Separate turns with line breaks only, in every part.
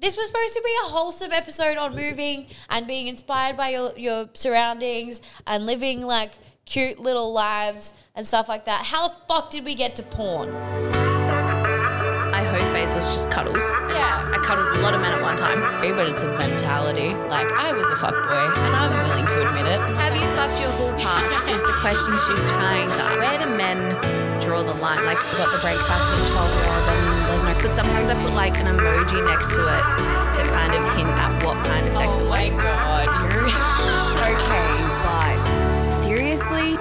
this was supposed to be a wholesome episode on moving and being inspired by your, your surroundings and living like cute little lives and stuff like that. How the fuck did we get to porn?
My hoe phase was just cuddles.
Yeah.
I cuddled a lot of men at one time.
But it's a mentality. Like, I was a fuckboy, and I'm willing to admit it.
Have you fucked your whole past? is the question she's trying to. Where do men draw the line? Like, I got the breakfast at 12 more than there's no. But sometimes I put like an emoji next to it to kind of hint at what kind of sex it
Oh my
was.
god, you're.
Okay, but seriously?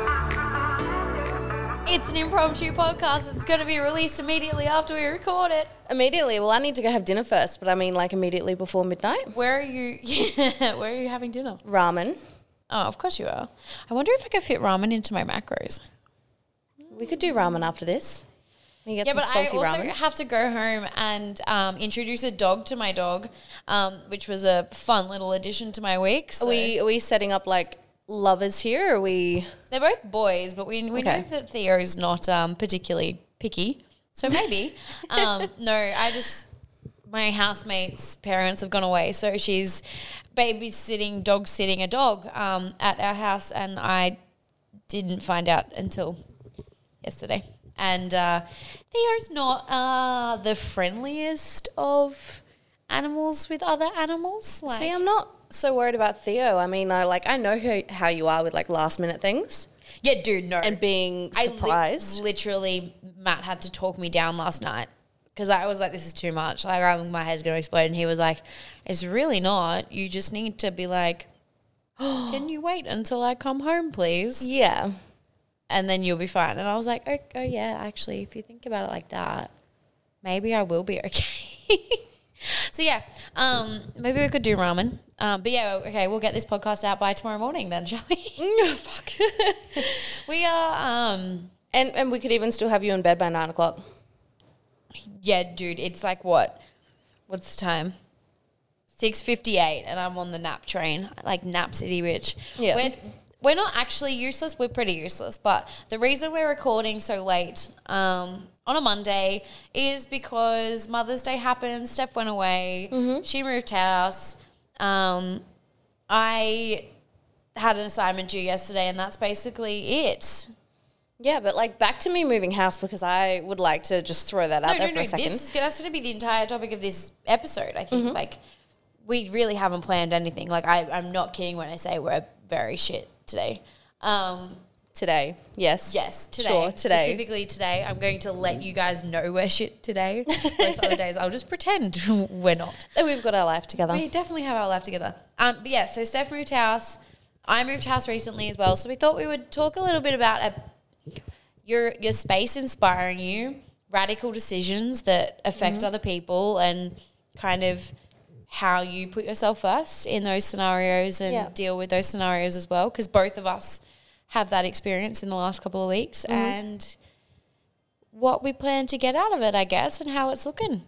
It's an impromptu podcast. It's going to be released immediately after we record it.
Immediately. Well, I need to go have dinner first, but I mean like immediately before midnight.
Where are you? Yeah, where are you having dinner?
Ramen.
Oh, of course you are. I wonder if I could fit ramen into my macros.
We could do ramen after this. You get
Yeah,
some
but I
salty
also
ramen.
have to go home and um, introduce a dog to my dog, um, which was a fun little addition to my week. So
Are we are we setting up like lovers here? Or are we
they're both boys, but we, we
Okay.
know that Theo's not um, particularly picky, so maybe. um, no, I just my housemate's parents have gone away, so she's babysitting, dog sitting a dog um, at our house, and I didn't find out until yesterday. And uh, Theo's not uh, the friendliest of animals with other animals. Like,
See, I'm not so worried about Theo. I mean, I like I know who, how you are with like last minute things
yeah, dude, no.
and being
I li-
surprised.
literally, Matt had to talk me down last night because I was like, "This is too much. Like, I'm, my head's gonna explode." And he was like, "It's really not. You just need to be like." Can you wait until I come home, please?
yeah.
And then you'll be fine. And I was like, oh, oh, yeah, actually, if you think about it like that, maybe I will be okay. so, yeah, um, maybe we could do ramen. Um, but, yeah, okay, we'll get this podcast out by tomorrow morning then, shall we?
fuck.
we are, um,
and and we could even still have you in bed by nine o'clock.
yeah, dude, it's like what? What's the time? Six fifty eight, and I'm on the nap train, like nap city bitch.
Yeah.
we're, we're not actually useless. We're pretty useless, but the reason we're recording so late um, on a Monday is because Mother's Day happened. Steph went away. She moved house. Um, I had an assignment due yesterday, and that's basically it.
Yeah, but like back to me moving house because I would like to just throw that out
no,
there
no,
for
no.
a second. Mm-hmm.
This is gonna, that's going to be the entire topic of this episode. I think like we really haven't planned anything. Like I, I'm not kidding when I say we're very shit today. Um,
today. Yes.
yes, today,
Sure, today.
specifically today, I'm going to let you guys know we're shit today. Most other days, I'll just pretend we're not.
That we've got our life together.
We definitely have our life together. Um, but yeah, so Steph moved house. I moved house recently as well. So we thought we would talk a little bit about a, your your space inspiring you, radical decisions that affect
Mm-hmm.
other people, and kind of how you put yourself first in those scenarios and
Yeah.
deal with those scenarios as well. Because both of us have that experience in the last couple of weeks
Mm-hmm.
and what we plan to get out of it, I guess, and how it's looking. What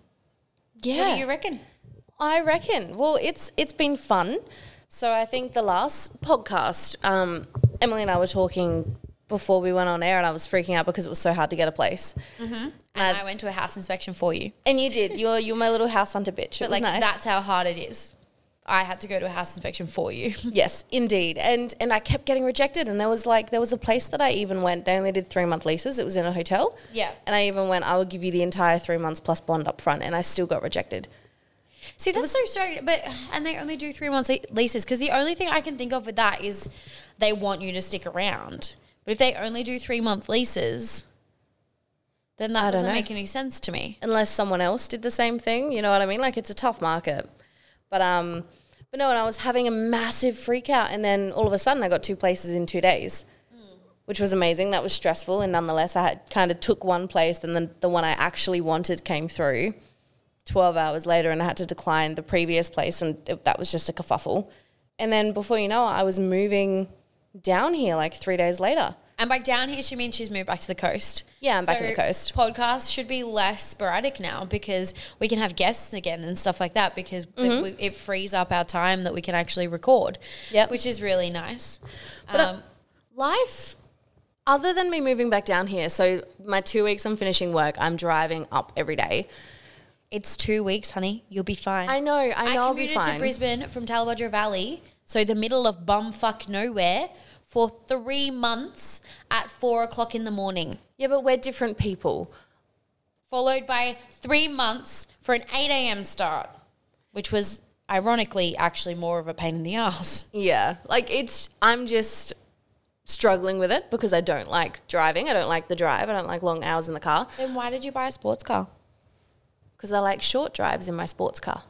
yeah.
do you reckon?
I reckon. Well, it's it's been fun. So I think the last podcast, um, Emily and I were talking before we went on air, and I was freaking out because it was so hard to get a place. Uh,
And I went to a house inspection for you.
And you did. You're you're my little house hunter bitch. It
But
was
like
nice.
that's how hard it is. I had to go to a house inspection for you.
yes, indeed. And and I kept getting rejected. And there was like there was a place that I even went. They only did three month leases. It was in a hotel.
Yeah.
And I even went. I will give you the entire three months plus bond up front, and I still got rejected.
See, that's so strange. But and they only do three months le- leases because the only thing I can think of with that is they want you to stick around. But if they only do three month leases, then that
don't
doesn't
know.
make any sense to me.
unless someone else did the same thing. You know what I mean? Like it's a tough market. But um, but no, and I was having a massive freak out, and then all of a sudden I got two places in two days, which was amazing. That was stressful, and nonetheless I had kind of took one place, and then the one I actually wanted came through. 12 hours later and I had to decline the previous place and it, that was just a kerfuffle. And then before you know it, I was moving down here like three days later.
And by down here, she means she's moved back to the coast.
Yeah, I'm back to the coast.
Podcasts should be less sporadic now because we can have guests again and stuff like that because it-
Mm-hmm.
we- it frees up our time that we can actually record.
Yep.
which is really nice.
But uh, I-
um,
life other than me moving back down here so my two weeks i'm finishing work i'm driving up every day
It's two weeks, honey. You'll be fine.
I know, I know I will be
commuted
fine.
to Brisbane from Talabudra Valley, so the middle of bumfuck nowhere, for three months at four o'clock in the morning,
Yeah, but we're different people.
followed by three months for an 8 a.m. start, which was ironically actually more of a pain in the ass.
Yeah. Like it's I'm just struggling with it because I don't like driving. I don't like the drive. I don't like long hours in the car
Then why did you buy a sports car?
because I like short drives in my sports car.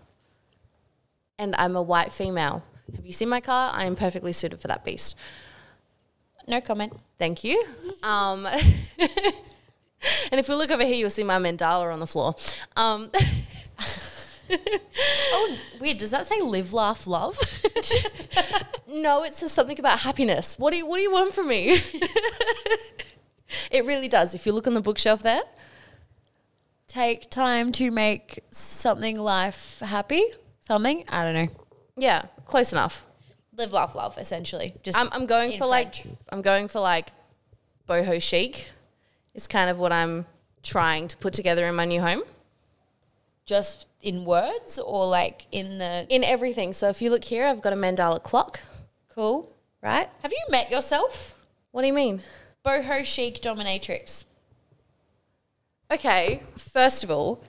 And I'm a white female. Have you seen my car? I am perfectly suited for that beast.
No comment.
Thank you. Um, and if we look over here, you'll see my mandala on the floor. Um,
Oh, Weird. Does that say live, laugh, love?
no, it says something about happiness. What do you, what do you want from me? it really does. If you look on the bookshelf there,
Take time to make something life happy. Something I don't know.
yeah, close enough.
Live, laugh, love. Essentially, just
I'm, I'm going
in
for like
French.
I'm going for like boho chic. It's kind of what I'm trying to put together in my new home.
just in words or like in the
In everything. So if you look here, I've got a mandala clock,
cool.
right?
Have you met yourself,
What do you mean?
boho chic dominatrix?
Okay, first of all,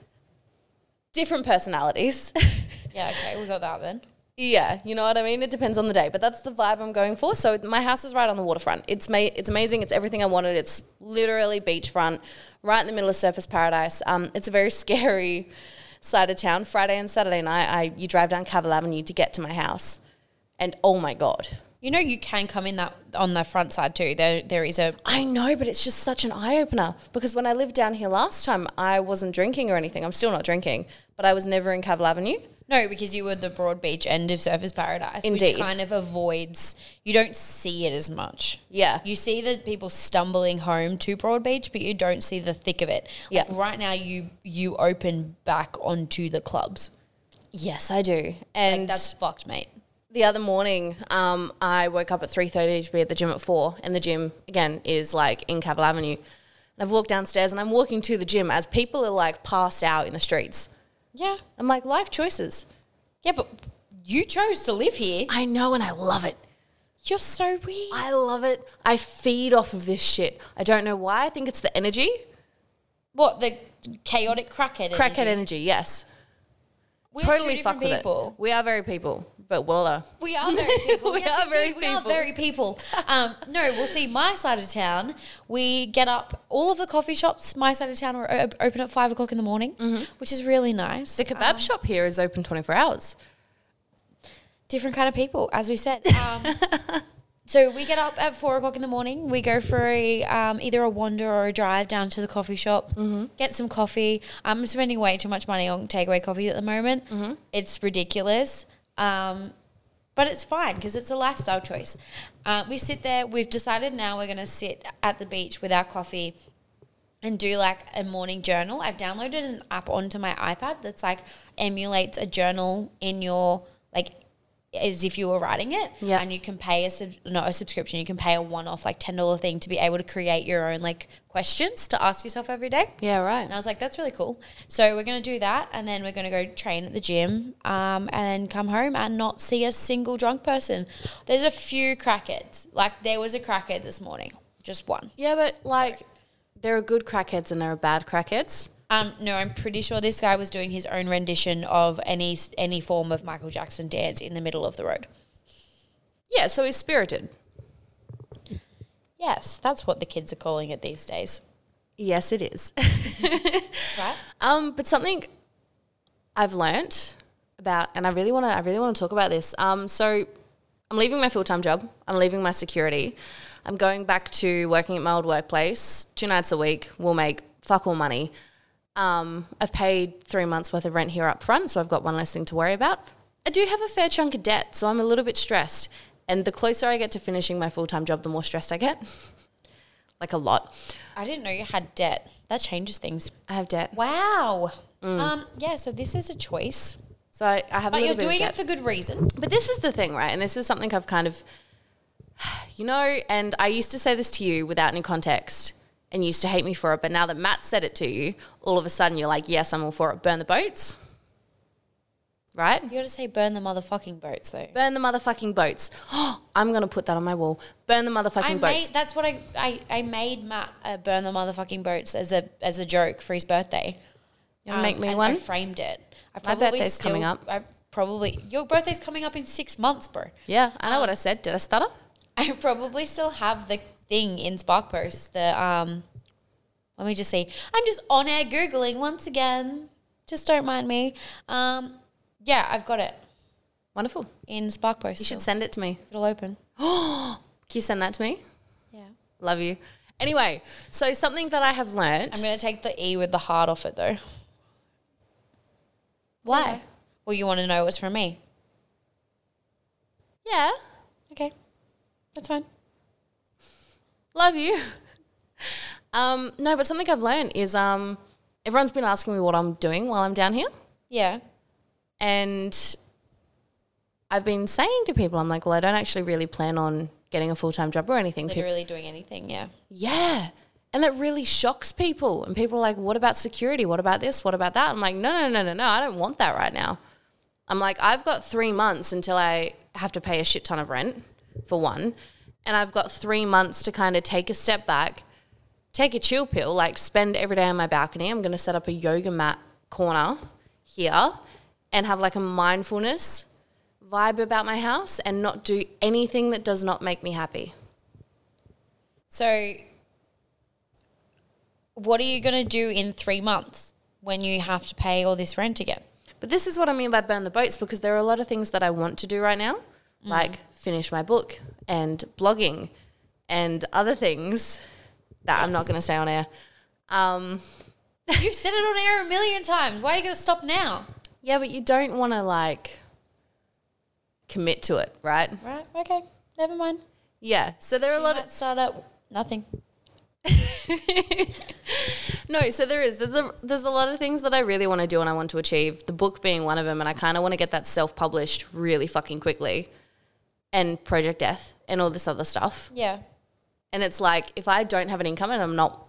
different personalities.
Yeah, okay, we got that then.
yeah, you know what I mean? It depends on the day, but that's the vibe I'm going for. So my house is right on the waterfront. It's ma- it's amazing. It's everything I wanted. It's literally beachfront, right in the middle of surface paradise. Um, it's a very scary side of town. Friday and Saturday night, I you drive down Cavill Avenue to get to my house. And oh my god.
You know, you can come in that on the front side too. There, there is a
I know, but it's just such an eye opener because when I lived down here last time, I wasn't drinking or anything. I'm still not drinking, but I was never in Cavill Avenue.
no because you were the broad beach end of Surfers Paradise,
Indeed.
which kind of avoids. You don't see it as much.
Yeah.
You see the people stumbling home to Broad Beach, but you don't see the thick of it.
Yeah.
Like right now, you you open back onto the clubs.
Yes, I do.
Like
And
that's fucked, mate.
the other morning, um, I woke up at three thirty to be at the gym at four, and the gym again is like in Cavill Avenue. And I've walked downstairs, and I'm walking to the gym as people are like passed out in the streets.
Yeah.
I'm like, life choices.
Yeah, but you chose to live here.
I know, and I love it.
You're so weird.
I love it. I feed off of this shit. I don't know why. I think it's the energy,
What the chaotic crackhead?
crackhead
energy.
energy. Yes,
We're
totally
two
fuck
different
with
people.
it. We are very people, but voila.
We are very people.
We
Yes,
are very
indeed, We are
people.
very people. Um, no, we'll see. My side of town, we get up. All of the coffee shops, my side of town, are op- open at five o'clock in the morning, which is really nice.
Mm-hmm. The kebab shop here is open twenty four hours.
different kind of people, as we said. Um, so we get up at four o'clock in the morning. We go for a um, either a wander or a drive down to the coffee shop, get some coffee. I'm spending way too much money on takeaway coffee at the moment. It's ridiculous. Um, but it's fine because it's a lifestyle choice. Uh, we sit there. We've decided now we're going to sit at the beach with our coffee and do like a morning journal. I've downloaded an app onto my iPad that's like emulates a journal in your like as if you were writing it.
Yeah.
And you can pay a sub- not a subscription. You can pay a one off like ten dollar thing to be able to create your own like questions to ask yourself every day.
Yeah,
And
right.
I was like, that's really cool. So we're going to do that. And then we're going to go train at the gym um, and come home and not see a single drunk person. There's a few crackheads. Like, there was a crackhead this morning, just one.
Yeah, but like, there are good crackheads and there are bad crackheads.
Um, no, I'm pretty sure this guy was doing his own rendition of any any form of Michael Jackson dance in the middle of the road.
Yeah, so he's spirited.
Yes, that's what the kids are calling it these days,
Yes, it is.
right?
um, but something I've learnt about, and I really want to, I really want to talk about this. Um, so I'm leaving my full time job. I'm leaving my security. I'm going back to working at my old workplace two nights a week. We'll make fuck all money. Um, I've paid three months worth of rent here up front, so I've got one less thing to worry about. I do have a fair chunk of debt, so I'm a little bit stressed. And the closer I get to finishing my full time job, the more stressed I get. like a lot.
I didn't know you had debt. That changes things.
I have debt.
Wow. Um, yeah. So this is a choice,
So I, I
but
have a little
you're
bit
doing
of
it
debt.
for good reason.
but this is the thing, right? And this is something I've kind of, you know, and I used to say this to you without any context. and you used to hate me for it, but now that Matt said it to you, all of a sudden you're like, yes, I'm all for it. Burn the boats, right?
You gotta say burn the motherfucking boats though.
Burn the motherfucking boats. I'm gonna put that on my wall. Burn the motherfucking
I made
boats.
that's what I, I, I made Matt uh, burn the motherfucking boats as a as a joke for his birthday. Um,
You wanna make me
and I
one?
framed it. I
My
probably
birthday's
still-
coming up.
I probably your birthday's coming up in six months, bro.
yeah, I know what I said. Did I stutter?
I probably still have the thing in SparkPost. The um, let me just see. I'm just on air googling once again. Just don't mind me. Um, yeah, I've got it
Wonderful.
in SparkPost.
You
still.
should send it to me.
It'll open.
Can you send that to me?
Yeah.
Love you. Anyway, so something that I have learnt.
I'm gonna take the E with the heart off it though.
Why?
Well, you want to know what's from me.
Yeah.
Okay, that's fine.
Love you. Um, no, but something I've learned is um, everyone's been asking me what I'm doing while I'm down here.
Yeah.
And I've been saying to people, I'm like, well, I don't actually really plan on getting a full time job or anything. People-
Literally doing anything. Yeah.
yeah. And that really shocks people. And people are like, what about security? What about this? What about that? I'm like, no, no, no, no, no. I don't want that right now. I'm like, I've got three months until I have to pay a shit ton of rent for one. And I've got three months to kind of take a step back, take a chill pill, like spend every day on my balcony. I'm going to set up a yoga mat corner here and have like a mindfulness vibe about my house and not do anything that does not make me happy.
So, what are you gonna do in three months when you have to pay all this rent again?
But this is what I mean by burn the boats because there are a lot of things that I want to do right now, like finish my book and blogging and other things that I'm not going to say on air. Um,
You've said it on air a million times. Why are you gonna stop now?
yeah, but you don't want to like commit to it, right?
Right. Okay. Never mind.
Yeah. So there are a lot of
start up. Nothing.
No, so there is. There's a there's a lot of things that I really want to do and I want to achieve. The book being one of them, and I kind of want to get that self published really fucking quickly, and Project Death and all this other stuff.
Yeah.
And it's like if I don't have an income and I'm not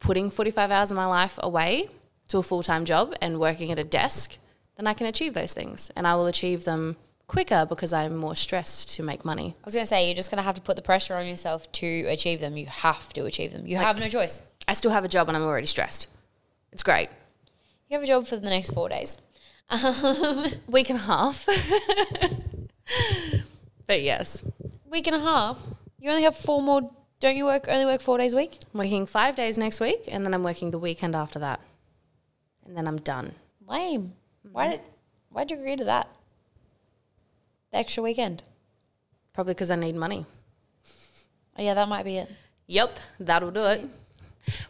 putting 45 hours of my life away to a full time job and working at a desk, then I can achieve those things, and I will achieve them quicker because I'm more stressed to make money.
I was gonna say you're just gonna have to put the pressure on yourself to achieve them. You have to achieve them. You have no choice.
I still have a job and I'm already stressed. It's great.
You have a job for the next four days. Um,
Week and a half. but yes.
Week and a half. You only have four more. Don't you work only work four days a week?
I'm working five days next week, and then I'm working the weekend after that, and then I'm done.
Lame. Why did Why'd you agree to that? The extra weekend.
Probably because I need money.
Oh yeah, that might be it.
Yep, that'll do it.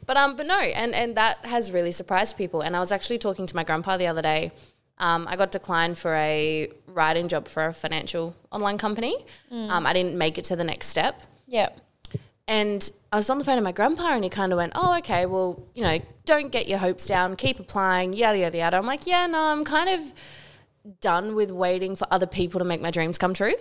But um, but no, and and that has really surprised people. And I was actually talking to my grandpa the other day. Um, I got declined for a writing job for a financial online company. Um, I didn't make it to the next step.
Yeah.
And I was on the phone to my grandpa, and he kind of went, "Oh, okay. Well, you know, don't get your hopes down. Keep applying. Yada yada yada." I'm like, "Yeah, no, I'm kind of done with waiting for other people to make my dreams come true."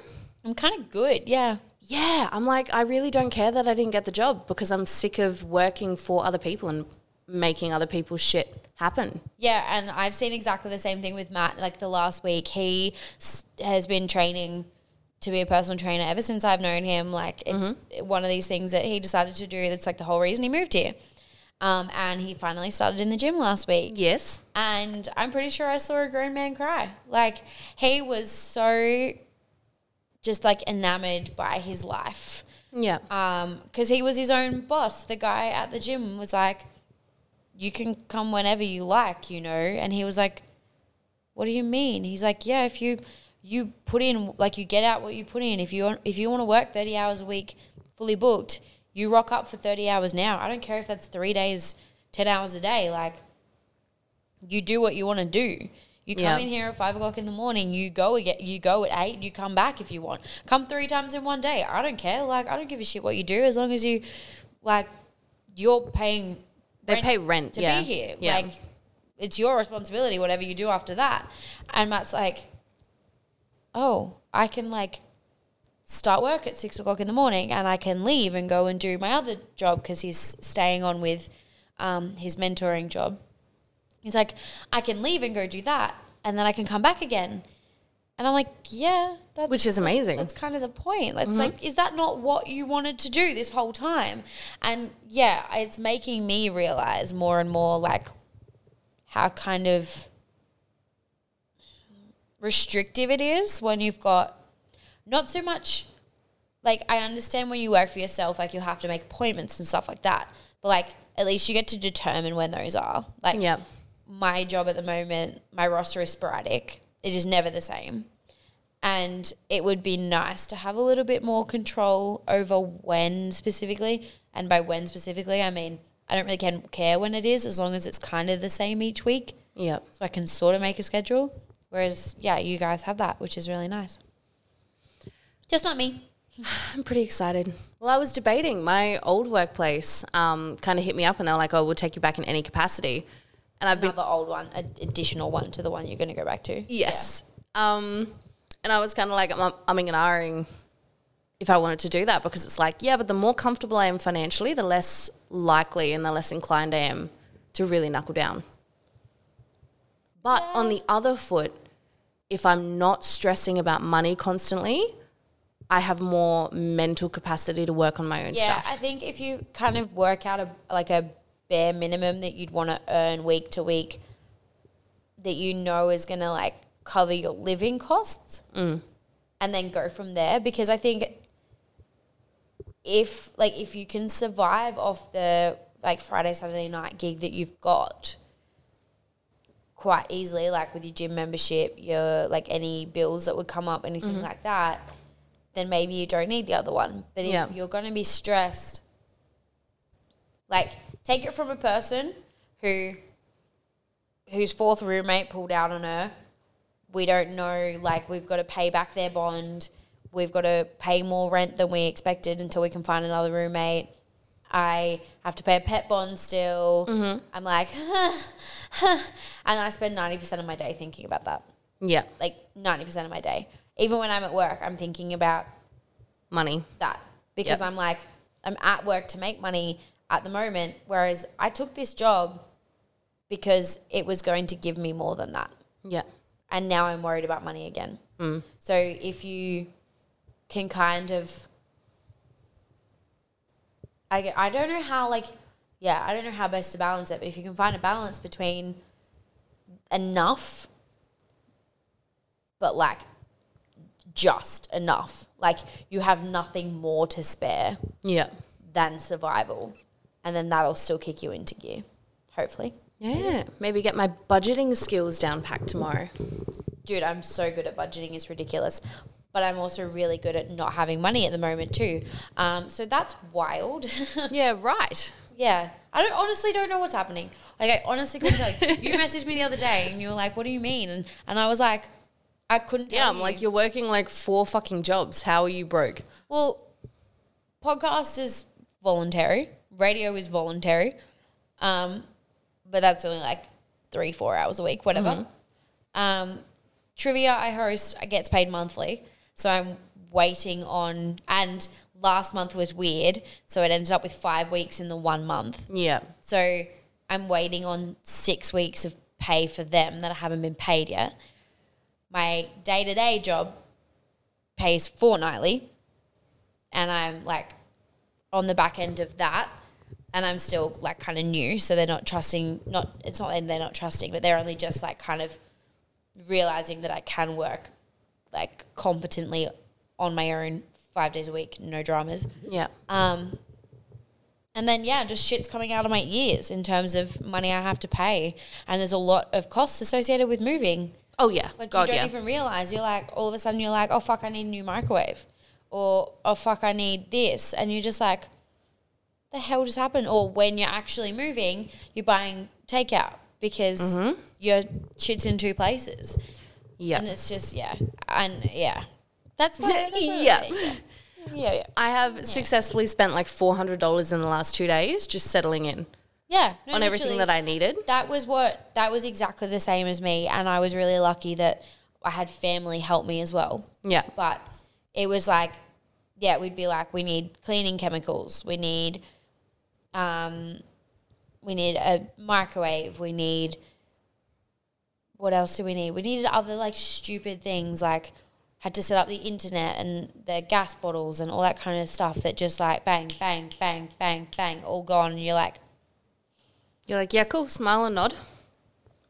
I'm kind of good. Yeah.
Yeah, I'm like, I really don't care that I didn't get the job because I'm sick of working for other people and making other people's shit happen.
Yeah, and I've seen exactly the same thing with Matt. Like the last week, he s- has been training to be a personal trainer ever since I've known him. Like it's one of these things that he decided to do. That's like the whole reason he moved here. Um, and he finally started in the gym last week.
Yes.
And I'm pretty sure I saw a grown man cry. Like he was so just like enamored by his life
Yeah.
Uh, because he was his own boss. The guy at the gym was like, "You can come whenever you like," you know. And he was like, "What do you mean?" He's like, "Yeah, if you you put in like you get out what you put in. If you if you want to work thirty hours a week, fully booked, you rock up for thirty hours now. I don't care if that's three days, ten hours a day. Like, you do what you want to do." You come
Yeah.
in here at five o'clock in the morning. You go again. You go at eight. You come back if you want. Come three times in one day. I don't care. Like I don't give a shit what you do as long as you, like, you're paying.
They pay rent,
to
yeah.
be here.
Yeah.
Like it's your responsibility. Whatever you do after that. And Matt's like, oh, I can like start work at six o'clock in the morning and I can leave and go and do my other job because he's staying on with um, his mentoring job. He's like, I can leave and go do that and then I can come back again. And I'm like, yeah, that's
which is amazing.
that's kind of the point. That's like, is that not what you wanted to do this whole time? And yeah, it's making me realize more and more like how kind of restrictive it is when you've got not so much like I understand when you work for yourself, like you have to make appointments and stuff like that. But like at least you get to determine when those are. Like
Yep.
my job at the moment, my roster is sporadic. It is never the same. And it would be nice to have a little bit more control over when specifically. And by when specifically, I mean, I don't really can, care when it is as long as it's kind of the same each week.
Yep.
So I can sort of make a schedule. Whereas, yeah, you guys have that, which is really nice. Just not me.
I'm pretty excited. Well, I was debating. My old workplace um, kind of hit me up and they were like, oh, we'll take you back in any capacity. And I've been
Another old one, an additional one to the one you're going to go back to.
Yes. Um, and I was kind of like um, umming and ahhing if I wanted to do that because it's like, yeah, but the more comfortable I am financially, the less likely and the less inclined I am to really knuckle down. But on the other foot, if I'm not stressing about money constantly, I have more mental capacity to work on my own
Yeah,
stuff.
I think if you kind of work out a like a bare minimum that you'd want to earn week to week, that you know is going to like cover your living costs, and then go from there. Because I think if like if you can survive off the like Friday Saturday night gig that you've got quite easily, like with your gym membership, your like any bills that would come up, anything like that, then maybe you don't need the other one. But if
Yeah.
you're going to be stressed, like take it from a person who whose fourth roommate pulled out on her. We don't know, like we've got to pay back their bond. We've got to pay more rent than we expected until we can find another roommate. I have to pay a pet bond still. I'm like, and I spend 90% of my day thinking about that.
yeah,
Like 90% of my day. Even when I'm at work, I'm thinking about
money.
that because
Yep.
I'm like, I'm at work to make money at the moment. Whereas I took this job because it was going to give me more than that.
Yeah.
And now I'm worried about money again. So if you can kind of, I, get- I don't know how, like, yeah, I don't know how best to balance it, but if you can find a balance between enough, but like just enough, like you have nothing more to spare
Yeah.
than survival, and then that'll still kick you into gear, hopefully.
Yeah. Maybe get my budgeting skills down packed tomorrow.
dude, I'm so good at budgeting. It's ridiculous. But I'm also really good at not having money at the moment too. Um, so that's wild.
Yeah, right.
yeah. I don't honestly don't know what's happening. Like I honestly couldn't tell you. You messaged me the other day and you were like, what do you mean? And, and I was like, I couldn't tell
Yeah, I'm
you.
like, you're working like four fucking jobs. How are you broke?
Well, podcast is voluntary. Radio is voluntary. Um, but that's only like three, four hours a week, whatever. Um, trivia I host I gets paid monthly. So I'm waiting on and last month was weird. So it ended up with five weeks in the one month.
Yeah.
So I'm waiting on six weeks of pay for them that I haven't been paid yet. My day to day job pays fortnightly, and I'm like on the back end of that, and I'm still like kind of new, so they're not trusting. Not it's not that they're not trusting, but they're only just like kind of realizing that I can work like competently on my own five days a week, no dramas.
Yeah.
Um, and then yeah, just shit's coming out of my ears in terms of money I have to pay, and there's a lot of costs associated with moving.
oh, yeah.
Like
God,
you don't
yeah.
even realize you're like all of a sudden you're like, oh fuck, I need a new microwave, or oh fuck, I need this, and you're just like, the hell just happened? Or when you're actually moving, you're buying takeout because
Mm-hmm.
your shit's in two places, and
yeah.
it's just yeah, and yeah, that's why. that's why-
Yeah.
yeah, yeah,
I have successfully spent like $400 in the last two days just settling in
yeah. No,
on everything
literally.
that I needed.
that was what that was exactly the same as me and i was really lucky that i had family help me as well
Yeah.
but it was like yeah, we'd be like, we need cleaning chemicals, we need, um, we need a microwave, we need. What else do we need? We needed other like stupid things, like had to set up the internet and the gas bottles and all that kind of stuff. That just like bang, bang, bang, bang, bang, all gone. And you're like,
You're like, yeah, cool, smile and nod.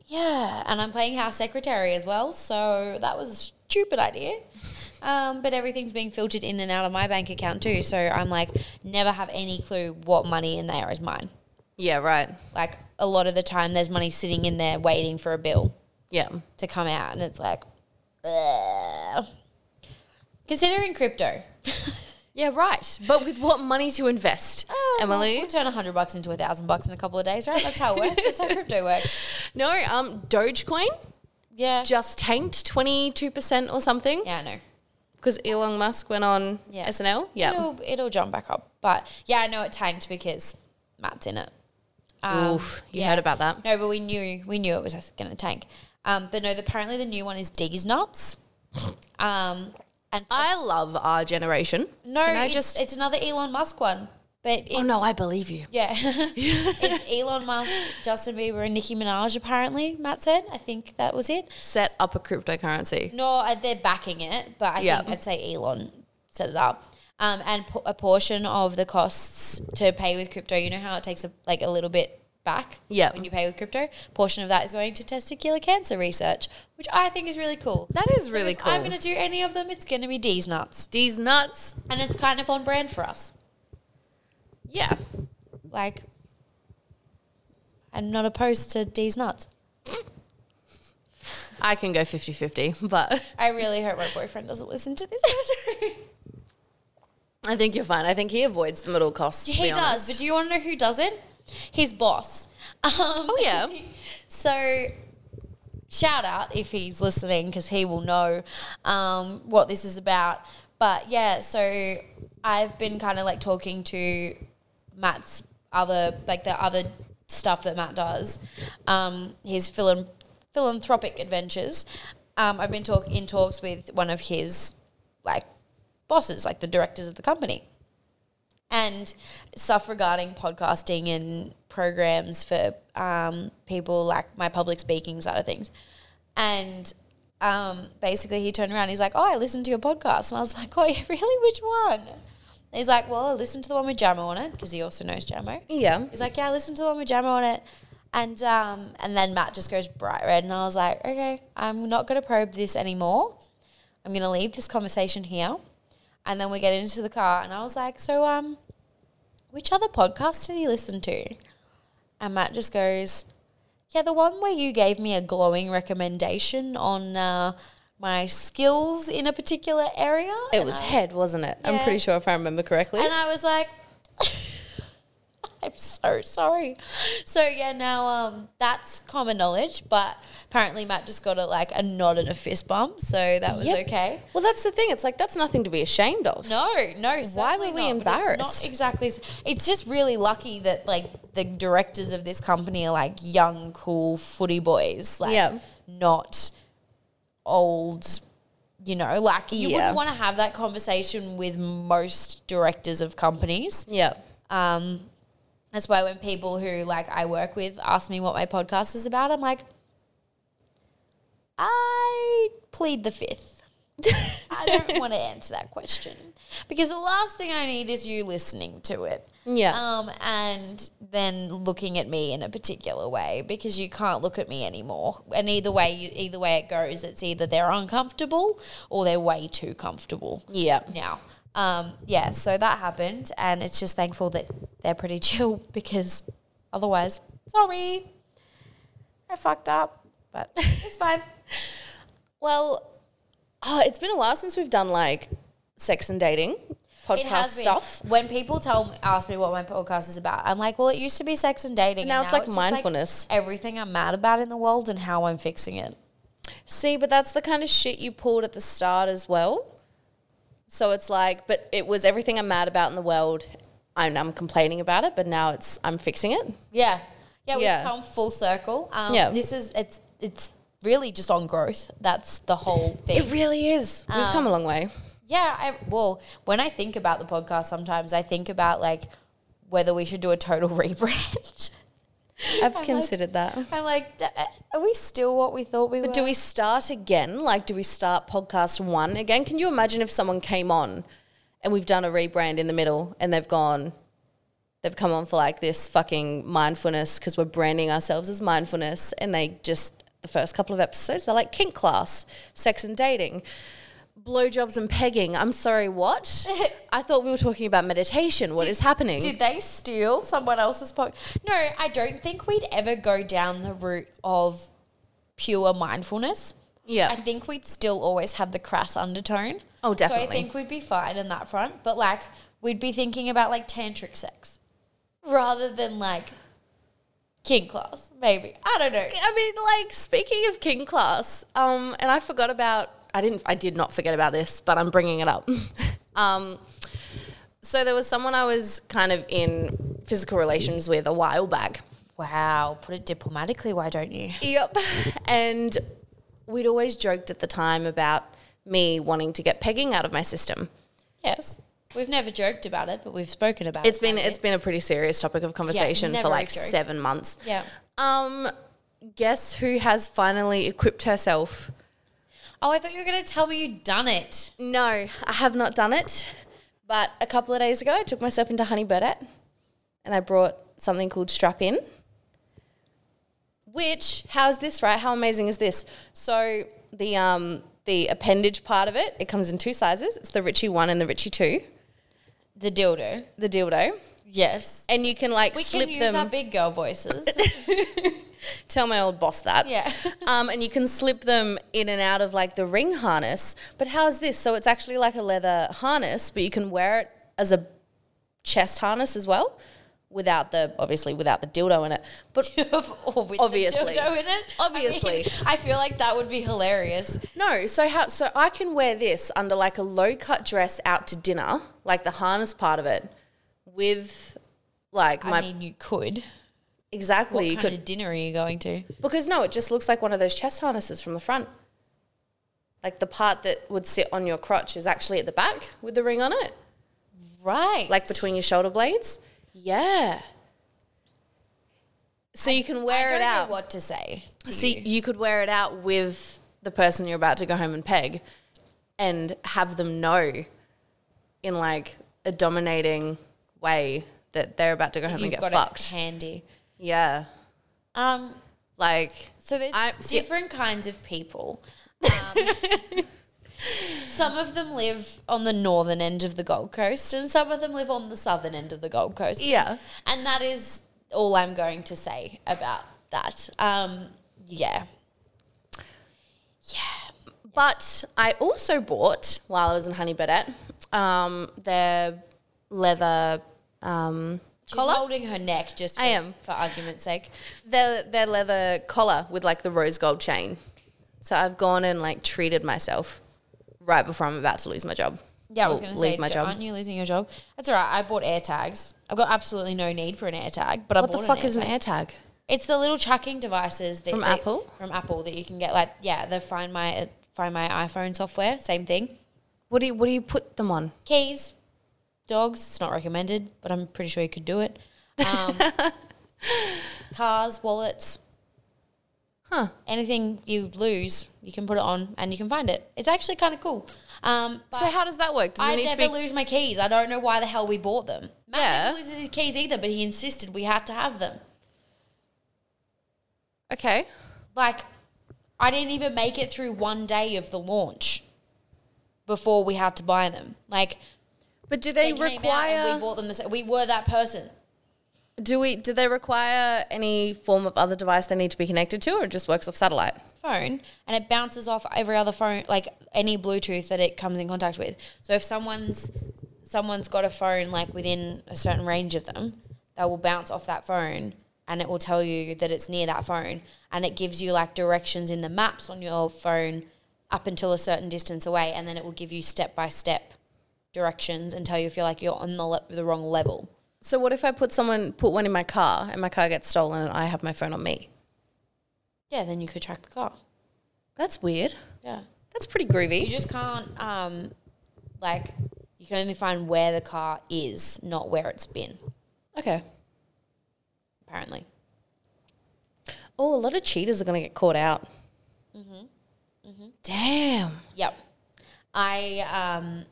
yeah, and I'm playing house secretary as well, so that was a stupid idea. Um, but everything's being filtered in and out of my bank account too, so I'm like, never have any clue what money in there is mine.
Yeah, right.
Like a lot of the time, there's money sitting in there waiting for a bill
Yeah.
to come out, and it's like, ugh. considering crypto,
Yeah, right. But with what money to invest,
Oh, we'll-
Emily?
we'll turn a hundred bucks into a thousand bucks in a couple of days, right? That's how it works. That's how crypto works.
No, um, Dogecoin
Yeah,
just tanked 22% or something
yeah, I know.
because Elon Musk went on
Yeah.
SNL. Yeah.
It'll, it'll jump back up. But yeah, I know it tanked because Matt's in it. Um,
Oof, you heard about that.
No, but we knew we knew it was going to tank. Um, but no, the, apparently the new one is D's nuts. Um, and
I love our generation.
no,
Can I
it's,
just.
it's another Elon Musk one. But it's,
oh, no, I believe you.
yeah, it's Elon Musk, Justin Bieber, and Nicki Minaj. Apparently, Matt said. I think that was it.
Set up a cryptocurrency.
No, uh, they're backing it, but I
Yeah.
think I'd say Elon set it up. Um, and po- a portion of the costs to pay with crypto, you know how it takes a, like a little bit back
Yeah.
when you pay with crypto. Portion of that is going to testicular cancer research, which I think is really cool.
That is really
if
cool.
I'm going to do any of them. It's going to be D's nuts,
These nuts.
and it's kind of on brand for us.
Yeah.
Like, I'm not opposed to D's nuts.
I can go 50 50, but
I really hope my boyfriend doesn't listen to this episode.
I think you're fine. I think he avoids the middle costs. to
He
be
does,
honest.
but do you want to know who doesn't? His boss. Um, oh
yeah.
so shout out if he's listening because he will know um, what this is about. But yeah, so I've been kind of like talking to Matt's other like the other stuff that Matt does, um, his philan- philanthropic adventures. Um, I've been talk in talks with one of his like bosses, like the directors of the company and stuff regarding podcasting and programs for um, people like my public speaking side of things. And um, basically, he turned around. He's like, "Oh, I listened to your podcast," and I was like, "Oh, yeah, really? Which one?" And he's like, "Well, I listened to the one with Jamo on it because he also knows Jamo."
Yeah.
He's like, "Yeah, I listened to the one with Jamo on it." And um, and then Matt just goes bright red, and I was like, "Okay, I'm not going to probe this anymore. I'm going to leave this conversation here." And then we get into the car, and I was like, "So um, which other podcast did you listen to?" And Matt just goes, "Yeah, the one where you gave me a glowing recommendation on uh, my skills in a particular area."
It
And
was
I-
head, wasn't it? I'm
Yeah.
pretty sure if I remember correctly.
and I was like, I'm so sorry. So yeah, now um, that's common knowledge, but apparently Matt just got a like a nod and a fist bump, so that was
Yep.
okay.
Well, that's the thing. It's like that's nothing to be ashamed of.
No, no. certainly
were we
not, but it's
embarrassed?
not exactly. s- It's just really lucky that like the directors of this company are like young, cool footy boys, like
Yeah.
not old. You know, like you
Yeah.
wouldn't want to have that conversation with most directors of companies.
Yeah.
Um, that's why when people who like I work with ask me what my podcast is about, I'm like, I plead the fifth. I don't want to answer that question because the last thing I need is you listening to it.
Yeah.
Um, and then looking at me in a particular way because you can't look at me anymore. And either way, you, either way it goes, it's either they're uncomfortable or they're way too comfortable
yeah.
now. Um, yeah, so that happened, and it's just thankful that they're pretty chill because otherwise, sorry, I fucked up, but it's fine.
Well, oh, it's been a while since we've done like sex and dating podcast
It has been.
stuff.
When people tell me, ask me what my podcast is about, I'm like, well, it used to be sex and dating. and
now it's like
just,
mindfulness.
everything I'm mad about in the world and how I'm fixing it.
See, but that's the kind of shit you pulled at the start as well. So it's like, but it was everything I'm mad about in the world. I'm, I'm complaining about it, but now it's I'm fixing it.
Yeah, yeah, we've
Yeah.
come full circle. Um,
Yeah.
this is it's it's really just on growth. That's the whole thing.
Um, It really is. We've come a long way.
Yeah, I, well, when I think about the podcast, sometimes I think about like whether we should do a total rebrand.
I've considered that.
I'm like, "D- uh, are we still what we thought we were?
But do we start again? Like, do we start podcast one again? Can you imagine if someone came on and we've done a rebrand in the middle and they've gone, they've come on for like this fucking mindfulness because we're branding ourselves as mindfulness and they just, the first couple of episodes, they're like kink class, sex and dating, blowjobs and pegging. I'm sorry, what? I thought we were talking about meditation. What is happening?
Did they steal someone else's podcast? No, I don't think we'd ever go down the route of pure mindfulness.
yeah.
I think we'd still always have the crass undertone.
Oh,
So I
definitely.
think we'd be fine in that front. But like, we'd be thinking about like tantric sex rather than like king class, maybe. I don't know.
I mean, like speaking of King class, um, and I forgot about. I didn't. I did not forget about this, but I'm bringing it up. um, so there was someone I was kind of in physical relations with a while back.
Wow. Put it diplomatically, why don't you?
Yep. And we'd always joked at the time about me wanting to get pegging out of my system.
Yes. We've never joked about it, but we've spoken about
It's
it.
been it's been a pretty serious topic of conversation for
never
like
a joke.
seven months.
Yeah.
Um, guess who has finally equipped herself
Oh, I thought you were going to tell me you'd done it.
No, I have not done it. But a couple of days ago, I took myself into Honey Burdette and I brought something called Strap In. Which, how's this, right? How amazing is this? So, the, um, the appendage part of it, it comes in two sizes it's the Richie 1 and the Richie 2,
The dildo.
the dildo.
Yes.
And you can like
We
slip
can use
them.
our big girl voices.
tell my old boss that.
Yeah.
um, and you can slip them in and out of like the ring harness. But how's this? So it's actually like a leather harness, but you can wear it as a chest harness as well, without the obviously without the dildo in it. But
or with
Obviously.
the dildo in it.
Obviously.
I, mean, I feel like that would be hilarious.
no, so how? So I can wear this under like a low cut dress out to dinner, like the harness part of it, with like my
I mean, you could.
exactly.
What
you
kind
could
of dinner are you going to?
Because no, it just looks like one of those chest harnesses from the front. Like the part that would sit on your crotch is actually at the back with the ring on it,
Right.
like between your shoulder blades. Yeah. So you can
I
wear
don't
it out.
know what to say. to
so you. could wear it out with the person you're about to go home and peg and have them know in like a dominating way that they're about to go home and
You've
get
got
fucked.
it handy.
Yeah.
Um,
Like
so there's
I- see-
different kinds of people. Um, some of them live on the northern end of the Gold Coast, and some of them live on the southern end of the Gold Coast.
Yeah.
and that is all I'm going to say about that. Um, yeah,
But I also bought while I was in Honey Burdette, um, their leather um,
she's
collar,
holding her neck just. For,
I am.
for argument's sake.
their their leather collar with like the rose gold chain. So I've gone and like treated myself right before I'm about to lose my job.
Yeah, I was
Or
going to
leave
say,
my
d-
job.
aren't you losing your Oh, job? That's all right. I bought air tags. I've got absolutely no need for an air tag, but I
What the
bought
fuck
an air
is an
tag.
air tag?
It's the little tracking devices that
From
they-
Apple?
From Apple that you can get like yeah, the Find My Find My iPhone software, same thing.
What do you what do you put them on?
Keys, dogs. It's not recommended, but I'm pretty sure you could do it. Um, cars, wallets,
Huh.
anything you lose, you can put it on and you can find it. It's actually kind of cool. Um, but
So how does that work? Does
I
it need
never
to be
lose my keys. I don't know why the hell we bought them. Matt
Yeah.
never loses his keys either, but he insisted we had to have them.
okay?
Like, I didn't even make it through one day of the launch before we had to buy them. Like,
But do they,
came out and we
require?
bought them. The, sa- we were that person.
do we do they require any form of other device they need to be connected to, or it just works off satellite?
phone and it bounces off every other phone like any bluetooth that it comes in contact with so if someone's someone's got a phone like within a certain range of them they will bounce off that phone and it will tell you that it's near that phone and it gives you like directions in the maps on your phone up until a certain distance away and then it will give you step by step directions and tell you if you're like you're on the, le- the wrong level
So what if I put someone put one in my car and my car gets stolen and I have my phone on me?
yeah then you could track the car
That's weird.
yeah
That's pretty
you
groovy.
just can't um Like you can only find where the car is, not where it's been.
Okay.
Apparently,
Oh, a lot of cheaters are going to get caught out. Mm-hmm.
Mm-hmm.
Damn.
yep. I um.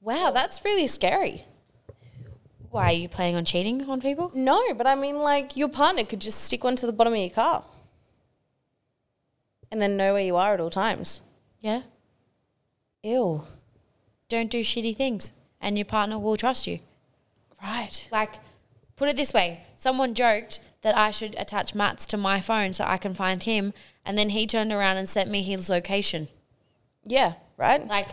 Wow, that's really scary.
Why are you planning on cheating on people?
No, but I mean, like, your partner could just stick one to the bottom of your car and then know where you are at all times.
Yeah.
Ew.
Don't do shitty things, and your partner will trust you.
Right.
Like, put it this way someone joked that I should attach Matt's to my phone so I can find him, and then he turned around and sent me his location.
Yeah, right?
Like,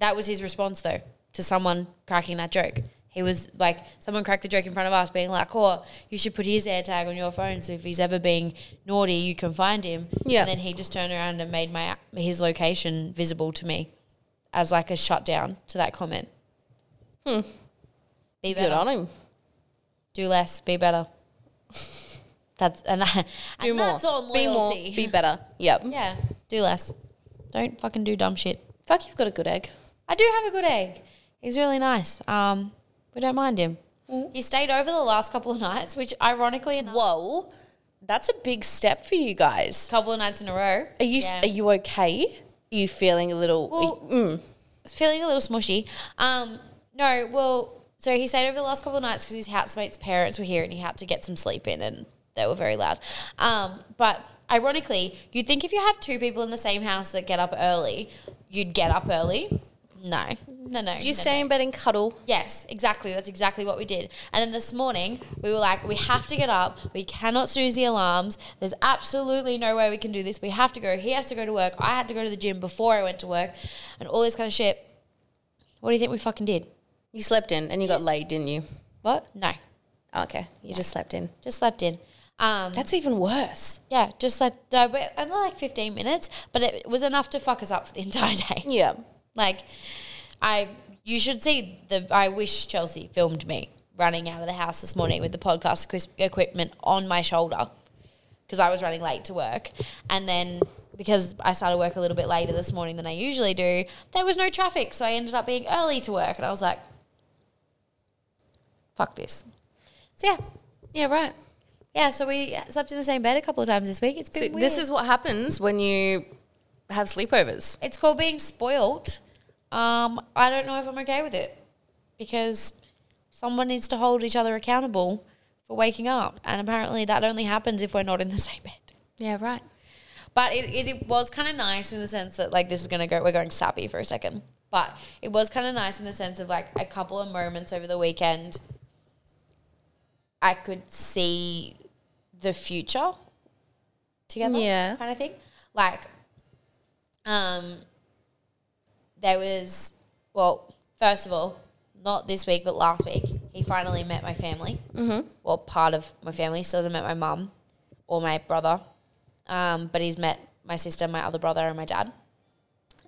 that was his response, though, to someone cracking that joke. He was like, someone cracked the joke in front of us, being like, oh, you should put his AirTag on your phone so if he's ever being naughty, you can find him.
Yeah.
And then he just turned around and made my his location visible to me as like a shutdown to that comment. Hmm. Be
Good
better
on him.
do less, be better. That's and that,
Do
and
more.
That's on
be more.
loyalty.
Be better. Yep.
yeah, do less. Don't fucking do dumb shit.
Fuck, you've got a good egg.
I do have a good egg. He's really nice. Um, we don't mind him.
Mm.
He stayed over the last couple of nights, which ironically enough,
Whoa, that's a big step for you guys.
couple of nights in a row.
Are you
Yeah.
are you okay? Are you feeling a little?
Well,
mm.
feeling a little smushy. Um, no, well, so he stayed over the last couple of nights because his housemate's parents were here and he had to get some sleep in, and they were very loud. Um, but ironically, you'd think if you have two people in the same house that get up early, you'd get up early. No, no, no.
do you
no,
stay in bed and cuddle?
Yes, exactly. That's exactly what we did. And then this morning, we were like, we have to get up. We cannot snooze the alarms. There's absolutely no way we can do this. We have to go. He has to go to work. I had to go to the gym before I went to work and all this kind of shit. What do you think we fucking did?
You slept in and you got laid, didn't you? Oh,
What? No,
Okay, you just slept in.
just slept in. Um,
That's even worse.
yeah, just slept. No, but only like 15 minutes, but it was enough to fuck us up for the entire day.
Yeah.
Like, I you should see the. I wish Chelsea filmed me running out of the house this morning with the podcast equis- equipment on my shoulder because I was running late to work, and then because I started work a little bit later this morning than I usually do, there was no traffic, so I ended up being early to work, and I was like, "Fuck this." So yeah,
Yeah. Right.
yeah. So we slept in the same bed a couple of times this week. It's been weird.
This is what happens when you have sleepovers.
It's called being spoilt. Um, I don't know if I'm okay with it because someone needs to hold each other accountable for waking up, and apparently that only happens if we're not in the same bed.
Yeah, right.
But it, it, it was kind of nice in the sense that like this is gonna go. We're going sappy for a second, but it was kind of nice in the sense of like a couple of moments over the weekend. I could see the future together,
Yeah.
kind of thing. Like, um, there was well, first of all, not this week, but last week, he finally met my family. Mm-hmm. Well, part of my family still hasn't met my mum or my brother, um, but he's met my sister, my other brother, and my dad.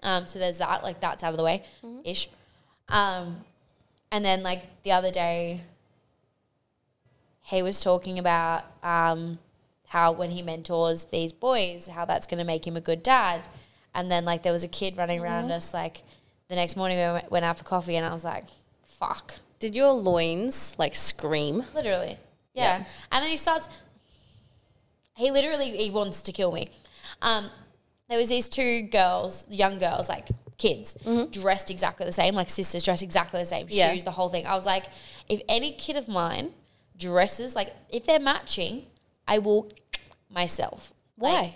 Um, so there's that, like that's out of the way, ish. Um, and then like the other day, he was talking about um, how when he mentors these boys, how that's going to make him a good dad. And then like there was a kid running around us like the next morning we went- went out for coffee and I was like, fuck,
Did your loins like scream?
literally, yeah. And then he starts. He literally he wants to kill me. Um, there was these two girls, young girls, like kids, dressed exactly the same, like sisters dressed exactly the same,
Yeah.
shoes, the whole thing. I was like, if any kid of mine dresses like if they're matching, I will myself.
Why?
Like,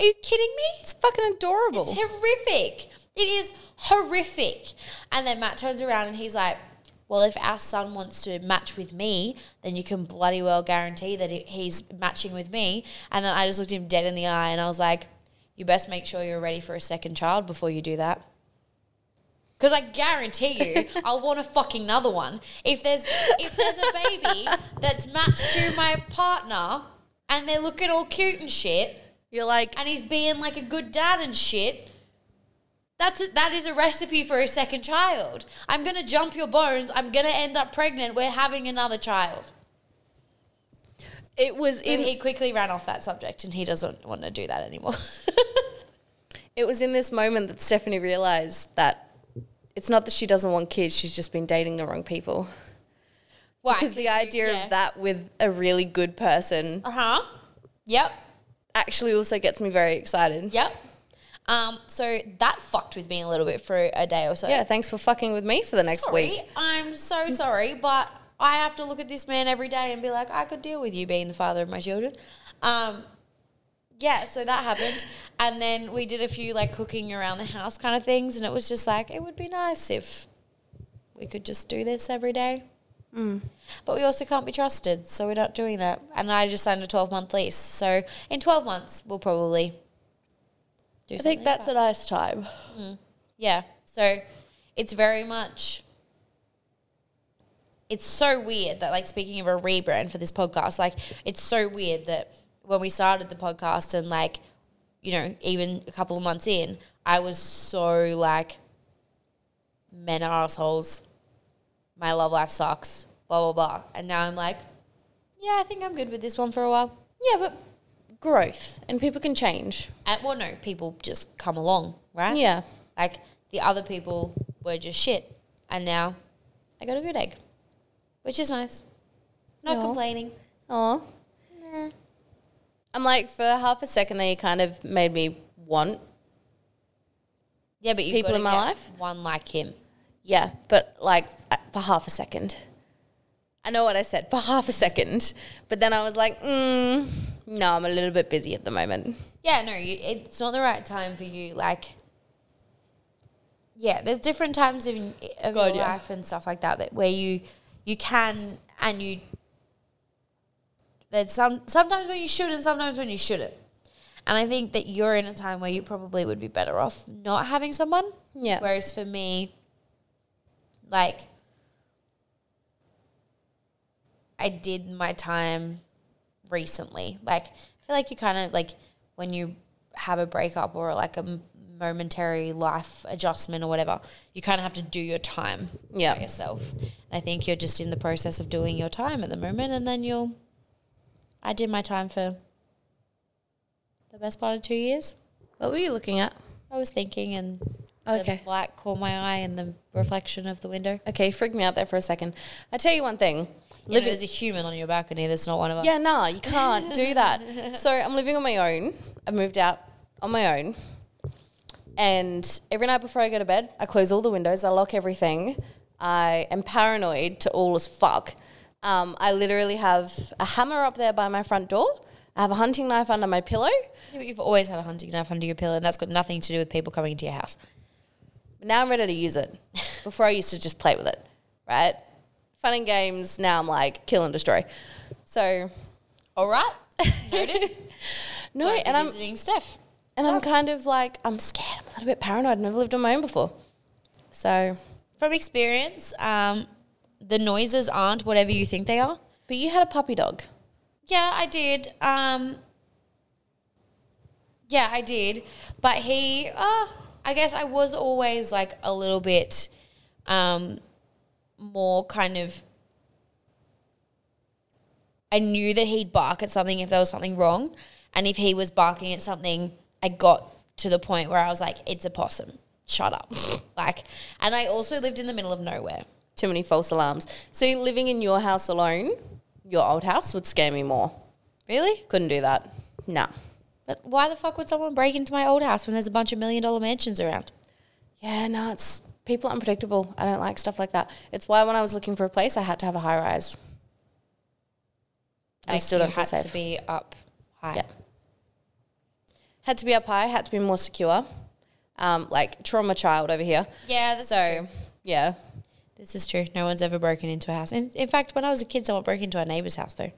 are you kidding me?
it's fucking adorable.
It's horrific. It is horrific. And then Matt turns around and he's like, well, if our son wants to match with me, then you can bloody well guarantee that he- he's matching with me. And then I just looked him dead in the eye and I was like, you best make sure you're ready for a second child before you do that. Because I guarantee you, I'll want a fucking another one. If there's if there's a baby that's matched to my partner and they're looking all cute and shit,
You're like,
and he's being like a good dad and shit. That's a, that is a recipe for a second child. I'm gonna jump your bones. I'm gonna end up pregnant. We're having another child.
it was
So
in
he quickly ran off that subject, and he doesn't want to do that anymore.
it was in this moment that Stephanie realized that it's not that she doesn't want kids, she's just been dating the wrong people.
Why?
Because the idea
yeah.
of that with a really good person
Uh huh. Yep.
actually also gets me very excited.
Yep. Um, so that fucked with me a little bit for a day or so.
Yeah, thanks for fucking with me for the next
sorry,
week.
I'm so sorry, but I have to look at this man every day and be like, I could deal with you being the father of my children. Um, yeah, so that happened. And then we did a few like cooking around the house kind of things. And it was just like, it would be nice if we could just do this every day.
Mm.
But we also can't be trusted. So we're not doing that. And I just signed a 12 month lease. So in 12 months, we'll probably do
I think that's a nice time.
yeah. So it's very much. It's so weird that, like, speaking of a rebrand for this podcast, like, it's so weird that when we started the podcast and, like, you know, even a couple of months in, I was so like, men are assholes. My love life sucks. Blah, blah, blah. And now I'm like, yeah, I think I'm good with this one for a while.
Yeah, but growth and people can change.
And, well, no, people just come along, right?
Yeah.
Like the other people were just shit, and now I got a good egg, which is nice. Not
Aw.
complaining.
Aw. I'm like, for half a second there, you kind of made me want.
Yeah, but you've
People
gotta
in my
get
life?
one like him.
Yeah, but like f- for half a second. I know what I said, for half a second. But then I was like, mm, no, I'm a little bit busy at the moment.
Yeah, no, you, it's not the right time for you. Like, yeah, there's different times of, of
God,
your
yeah.
life and stuff like that that where you you can and you. There's some sometimes when you should and sometimes when you shouldn't, and I think that you're in a time where you probably would be better off not having someone.
Yeah.
Whereas for me, like, I did my time recently. Like, I feel like you kind of like when you have a breakup or like a m- momentary life adjustment or whatever, you kind of have to do your time
Yeah.
for yourself. And I think you're just in the process of doing your time at the moment, and then you'll. I did my time for the best part of two years.
What were you looking at?
I was thinking, and
Okay.
the black caught my eye in the reflection of the window.
Okay, freaked me out there for a second. I tell you one thing.
Look, there's a human on your balcony. That's not one of us.
Yeah, nah, you can't do that. So I'm living on my own. I moved out on my own. And every night before I go to bed, I close all the windows, I lock everything. I am paranoid to all as fuck. Um, I literally have a hammer up there by my front door. I have a hunting knife under my pillow.
Yeah, but you've always had a hunting knife under your pillow, and that's got nothing to do with people coming into your house.
Now I'm ready to use it. Before I used to just play with it, right? Fun and games. Now I'm like kill and destroy. So, all right.
Noted.
no,
Won't be
and I'm
visiting Steph.
And I'm kind of like, I'm scared. I'm a little bit paranoid. I've never lived on my own before. So,
From experience, um, the noises aren't whatever you think they are.
but you had a puppy dog.
Yeah, I did. Um, yeah, I did. But he, uh, I guess I was always like a little bit um, more kind of. I knew that he'd bark at something if there was something wrong. And if he was barking at something, I got to the point where I was like, it's a possum. Shut up. like, and I also lived in the middle of nowhere.
Too many false alarms. So, living in your house alone, your old house would scare me more.
Really?
Couldn't do that. No.
But why the fuck would someone break into my old house when there's a bunch of million dollar mansions around?
Yeah, no, it's people are unpredictable. I don't like stuff like that. It's why when I was looking for a place, I had to have a high rise. And I
Like,
still
you
don't feel
had
safe.
to be up high.
Yeah. had to be up high, had to be more secure. Um, like trauma child over here.
Yeah, this
so, yeah.
This is true. No one's ever broken into a house. In, in fact, when I was a kid, someone broke into our neighbor's house, though.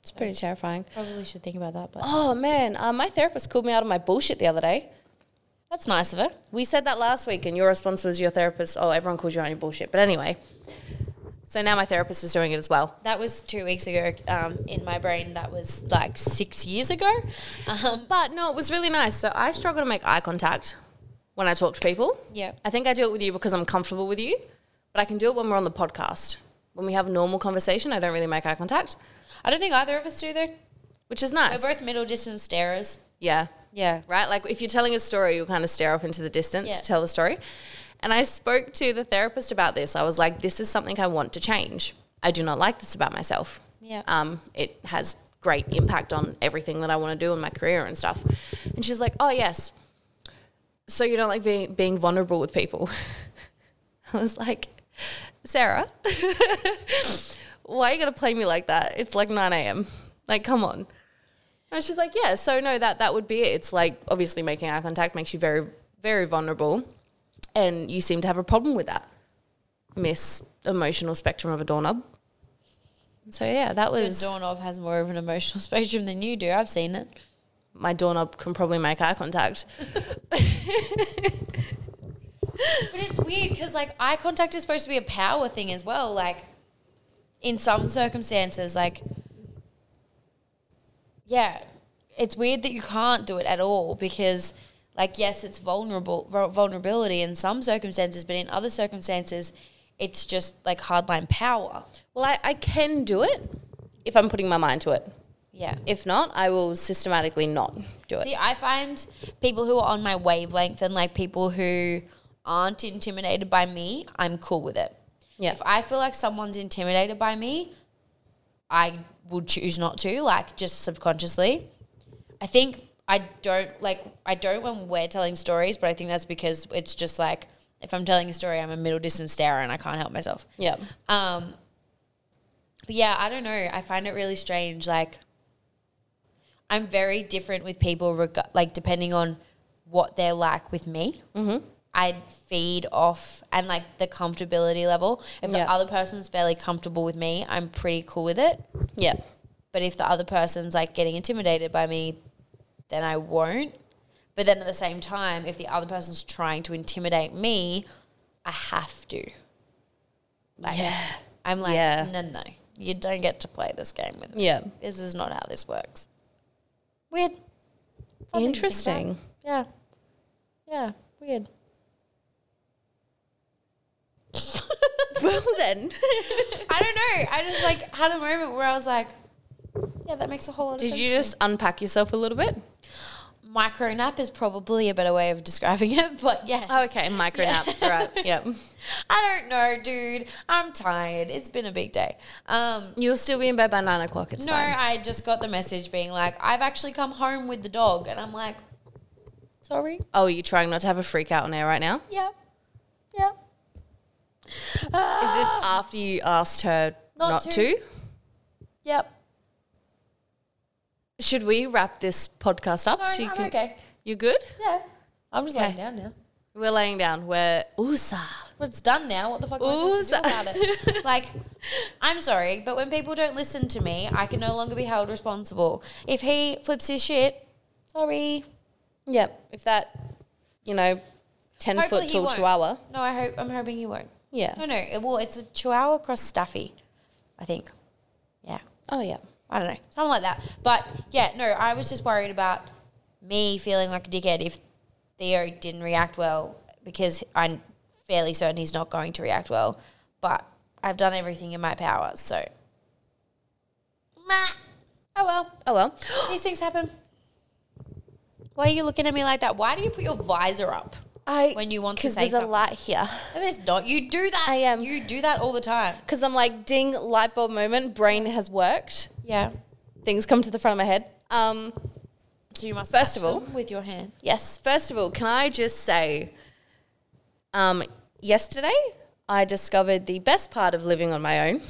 It's pretty terrifying.
Probably should think about that, but
Oh man, uh, my therapist called me out on my bullshit the other day.
that's nice of her.
We said that last week, and your response was your therapist. Oh, everyone calls you out on your bullshit. But anyway, so now my therapist is doing it as well.
That was two weeks ago. Um, in my brain, that was like six years ago. Um,
But no, it was really nice. So I struggle to make eye contact when I talk to people.
yeah.
I think I do it with you because I'm comfortable with you, but I can do it when we're on the podcast. When we have a normal conversation, I don't really make eye contact,
I don't think either of us do, though.
which is
We're
nice.
both middle distance starers.
yeah.
Yeah.
right? Like if you're telling a story, you'll kind of stare off into the distance
Yeah.
to tell the story. And I spoke to the therapist about this. I was like, this is something I want to change. I do not like this about myself.
Yeah.
Um, it has great impact on everything that I want to do in my career and stuff. And she's like, oh, yes. So you don't like being, being vulnerable with people. I was like, Sarah, why are you going to play me like that? It's like 9 a.m. Like, come on. And she's like, yeah, so no, that that would be it. It's like obviously making eye contact makes you very, very vulnerable, and you seem to have a problem with that, Miss Emotional Spectrum of a Doorknob. So yeah, that
Your
was
doorknob has more of an emotional spectrum than you do. I've seen it.
my doorknob can probably make eye contact.
But it's weird because like eye contact is supposed to be a power thing as well. Like in some circumstances, like yeah, it's weird that you can't do it at all because like yes, it's vulnerable vul- vulnerability in some circumstances, but in other circumstances, it's just like hardline power.
Well, I, I can do it if I'm putting my mind to it.
Yeah.
If not, I will systematically not do it.
See, I find people who are on my wavelength and like people who aren't intimidated by me, I'm cool with it.
yeah,
If I feel like someone's intimidated by me, I would choose not to, like just subconsciously. I think I don't like I don't when we're telling stories, but I think that's because it's just like if I'm telling a story, I'm a middle distance starer and I can't help myself.
yeah.
Um, but yeah, I don't know. I find it really strange. Like, I'm very different with people, reg- like, depending on what they're like with me. Mm-hmm. I feed off and like the comfortability level. If the
Yeah.
other person's fairly comfortable with me, I'm pretty cool with it.
Yeah.
But if the other person's like getting intimidated by me, then I won't. But then at the same time, if the other person's trying to intimidate me, I have to. Like,
Yeah.
I'm like,
Yeah.
no, no, you don't get to play this game with me.
Yeah.
This is not how this works. Weird. Fun thing to think about.
Interesting.
Yeah. Yeah. Weird.
well then.
I don't know. I just like had a moment where I was like, yeah, that makes a whole lot of
Did
sense.
you
to me.
just unpack yourself a little bit?
micro nap is probably a better way of describing it, but yes.
okay, micro nap. Right. Yep.
I don't know, dude. I'm tired. It's been a big day. Um,
You'll still be in bed by nine o'clock. It's
no,
fine.
I just got the message being like, I've actually come home with the dog, and I'm like, sorry.
Oh, are you trying not to have a freak out on air right now?
Yeah. Yeah.
Is this after you asked her
Ah. Not
not,
to.
to.
Yep.
Should we wrap this podcast up?
No, I'm
can-
okay.
You good?
Yeah. I'm just laying
Okay.
down now.
We're laying down. We're oosa.
Well, it's done now. What the fuck am I supposed to do
Ooh,
about it? Like, I'm sorry, but when people don't listen to me, I can no longer be held responsible. If he flips his shit, sorry.
Yep. If that, you know, ten
Hopefully
foot
he
tall
won't.
chihuahua.
No, I hope I'm hoping he won't.
Yeah.
No, no. It, well, it's a Chihuahua cross Staffy, I think. Yeah.
Oh yeah.
I don't know, something like that. But yeah, no, I was just worried about me feeling like a dickhead if Theo didn't react well because I'm fairly certain he's not going to react well. But I've done everything in my power, so. Meh. Oh well,
Oh well.
these things happen. Why are you looking at me like that? Why do you put your visor up?
I
When you want to
because
say
there's
something.
a light here.
And it's not. You do that.
I am.
You do that all the time.
Because I'm like, ding, light bulb moment. Brain has worked.
Yeah.
Things come to the front of my head. Um.
So you must
First
catch
of all-
them with your hand.
Yes. First of all, can I just say, um, yesterday I discovered the best part of living on my own.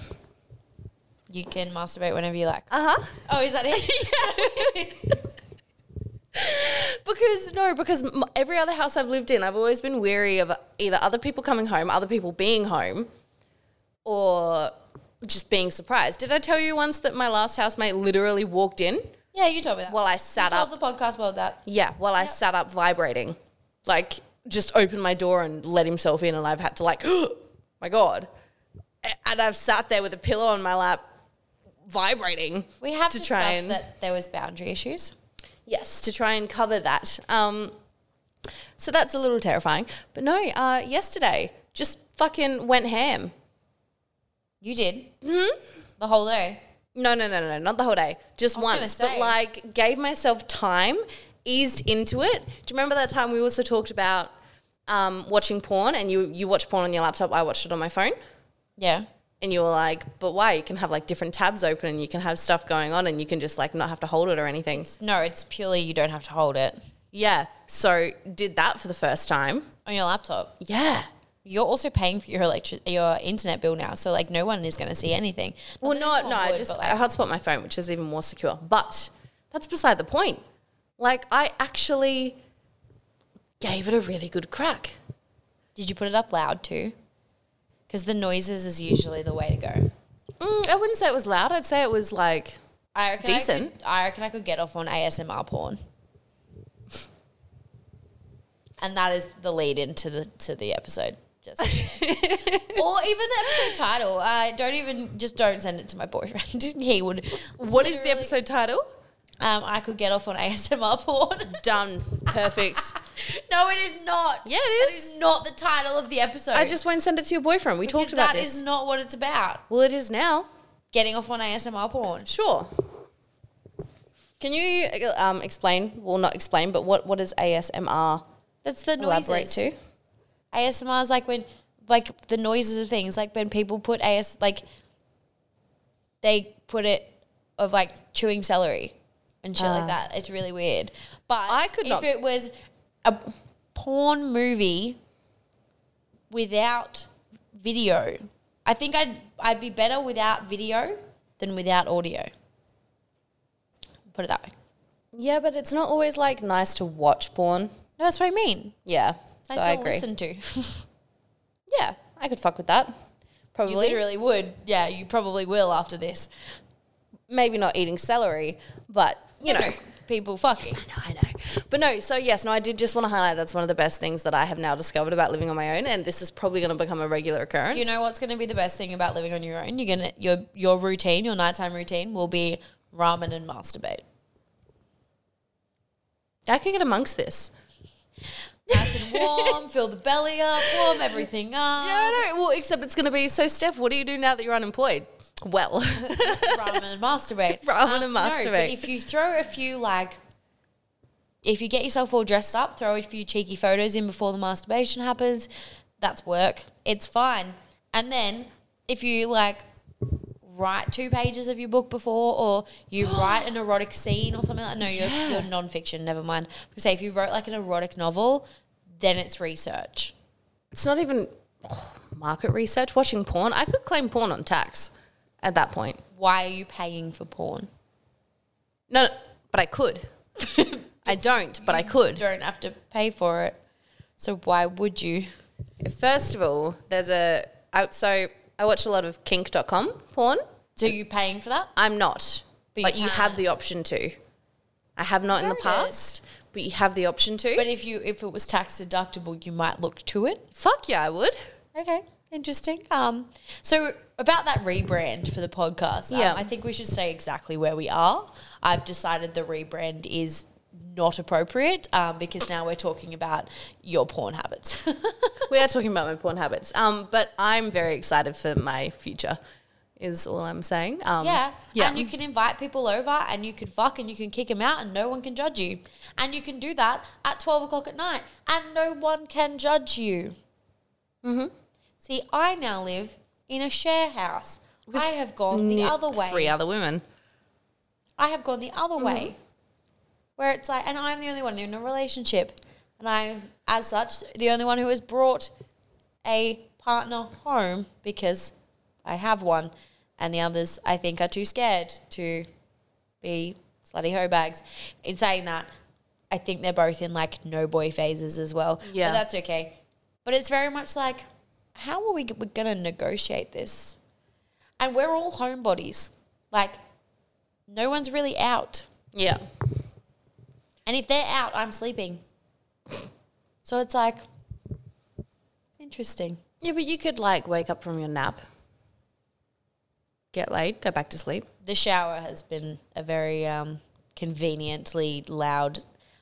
You can masturbate whenever you like.
Uh huh.
Oh, is that it?
Because no, because m- every other house I've lived in, I've always been weary of either other people coming home, other people being home, or just being surprised. Did I tell you once that my last housemate literally walked in
yeah, you told me that.
while I sat
told
up?
the podcast world that.
yeah, while I sat up vibrating, like just opened my door and let himself in, and I've had to like, my god, A- and I've sat there with a pillow on my lap, vibrating.
We have
to
discussed
try and
that there was boundary issues.
Yes, to try and cover that. Um, so that's a little terrifying. But no, uh, yesterday just fucking went ham.
You did. Mm-hmm. The whole day.
No, no, no, no, no, not the whole day. Just
was gonna
once.
say.
But like gave myself time, eased into it. Do you remember that time we also talked about um, watching porn and you you watch porn on your laptop. I watched it on my phone,
Yeah.
and you were like, "But why? You can have like different tabs open, and you can have stuff going on, and you can just like not have to hold it or anything."
No, it's purely you don't have to hold it
Yeah. So did that for the first time.
on your laptop.
Yeah.
You're also paying for your electric, your internet bill now, so like no one is going to see anything.
Well,
that
no,
anyone
no. I
would,
just
but,
I hotspot my phone, which is even more secure. But that's beside the point. Like I actually gave it a really good crack.
Did you put it up loud too? Because the noises is usually the way to go.
Mm, I wouldn't say it was loud. I'd say it was like
I reckon I,
Decent.
could, I reckon I could get off on ASMR porn. and that is the lead into the to the episode. Just or even the episode title. Uh, don't even just don't send it to my boyfriend. he would.
What is the
literally-
episode title?
Um, I could get off on ASMR porn.
Done. Perfect.
no, it is not.
Yeah, it
That
is.
not the title of the episode.
I just won't send it to your boyfriend. We
Because
talked about
that
this.
is not what it's about.
well, it is now.
Getting off on ASMR porn.
Sure. Can you um, explain? Well, not explain, but what, what is ASMR?
That's the noises.
Elaborate to.
ASMR is like when, like the noises of things, like when people put AS, like they put it of like chewing celery and shit like that. It's really weird. But
Ah. I could
if
not-
it was a porn movie without video, I think I'd I'd be better without video than without audio. Put it that way.
Yeah, but it's not always like nice to watch porn.
No, that's what I mean.
Yeah,
It's nice
so I
to
agree.
listen to.
Yeah, I could fuck with that. Probably,
You literally would. Yeah, you probably will after this.
maybe not eating celery, but you know.
people fucking.
I know. But no, so yes, no, I did just want to highlight that's one of the best things that I have now discovered about living on my own, and this is probably going to become a regular occurrence.
You know what's going to be the best thing about living on your own? You're gonna your your routine, your nighttime routine will be ramen and masturbate.
I could get amongst this.
Nice and warm, fill the belly up, warm everything up.
Yeah, I know. Well, except it's going to be so, Steph, what do you do now that you're unemployed? Well,
Ramen and masturbate. Um,
Ramen and
No, but
masturbate.
if you throw a few like. If you get yourself all dressed up, throw a few cheeky photos in before the masturbation happens, that's work. It's fine. And then if you like write two pages of your book before, or you write an erotic scene or something like. No, you're, you're nonfiction. Never mind. Because say if you wrote like an erotic novel, then it's research.
it's not even oh, market research, watching porn. I could claim porn on tax at that point.
Why are you paying for porn?
No, but I could. I don't, but I could.
Don't have to pay for it. So why would you?
First of all, there's a. I, so I watch a lot of kink.com porn.
So you paying for that?
I'm not,
But you
but, you,
can.
have the option to. I have not in the
There it
past, but you have the option to.
But if you if it was tax deductible, you might look to it.
fuck yeah, I would.
Okay, interesting. Um, so about that rebrand for the podcast, um,
Yeah.
I think we should say exactly where we are. I've decided the rebrand is not appropriate um, because now we're talking about your porn habits.
we are talking about my porn habits. Um, but I'm very excited for my future. Is all I'm saying. Um,
yeah.
yeah.
and you can invite people over, and you can fuck, and you can kick them out, and no one can judge you. And you can do that at twelve o'clock at night, and no one can judge you. Mm-hmm.
Mm-hmm.
See, I now live in a share house. I have gone the
Yeah,
other way.
Three Mm-hmm. other women.
I have gone the other way, where it's like, and I'm the only one in a relationship, and I'm, as such, the only one who has brought a partner home because I have one, and the others I think are too scared to be slutty hoe bags. In saying that, I think they're both in like no boy phases as well.
Yeah.
but that's okay. But it's very much like, how are we g- we're gonna negotiate this? And we're all homebodies, like. No one's really out.
Yeah.
And if they're out, I'm sleeping. So it's like interesting.
Yeah, but you could like wake up from your nap, get laid, go back to sleep.
The shower has been a very um, conveniently loud.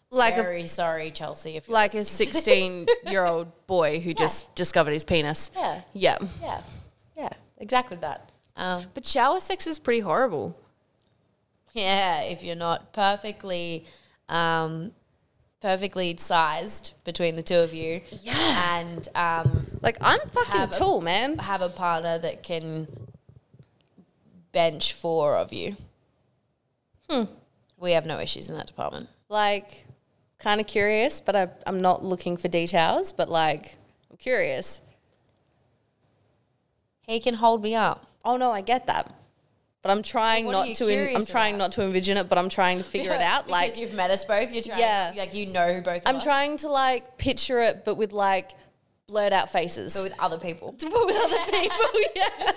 Like a-
very sorry, Chelsea. If you're
Like a
listening to this.
16 year old boy who just discovered his penis.
Yeah.
Yeah.
Yeah, yeah, exactly that. Um,
But shower sex is pretty horrible.
yeah, if you're not perfectly um, perfectly sized between the two of you.
Yeah.
And um,
Like I'm fucking
Have a-
tall, man.
have a partner that can bench four of you. Hmm. We have no issues in that department.
Like, kind of curious, but I, I'm not looking for details. But like, I'm curious.
He can hold me up.
Oh no, I get that. But I'm trying
What are
not
you
to. In, I'm
curious
trying
about?
not to envision it, but I'm trying to figure it out.
because
Like,
you've met us both. You're trying.
Yeah.
Like you know who both.
I'm
of us,
trying to like picture it, but with like blurred out faces.
but with other people.
But with other people, yeah.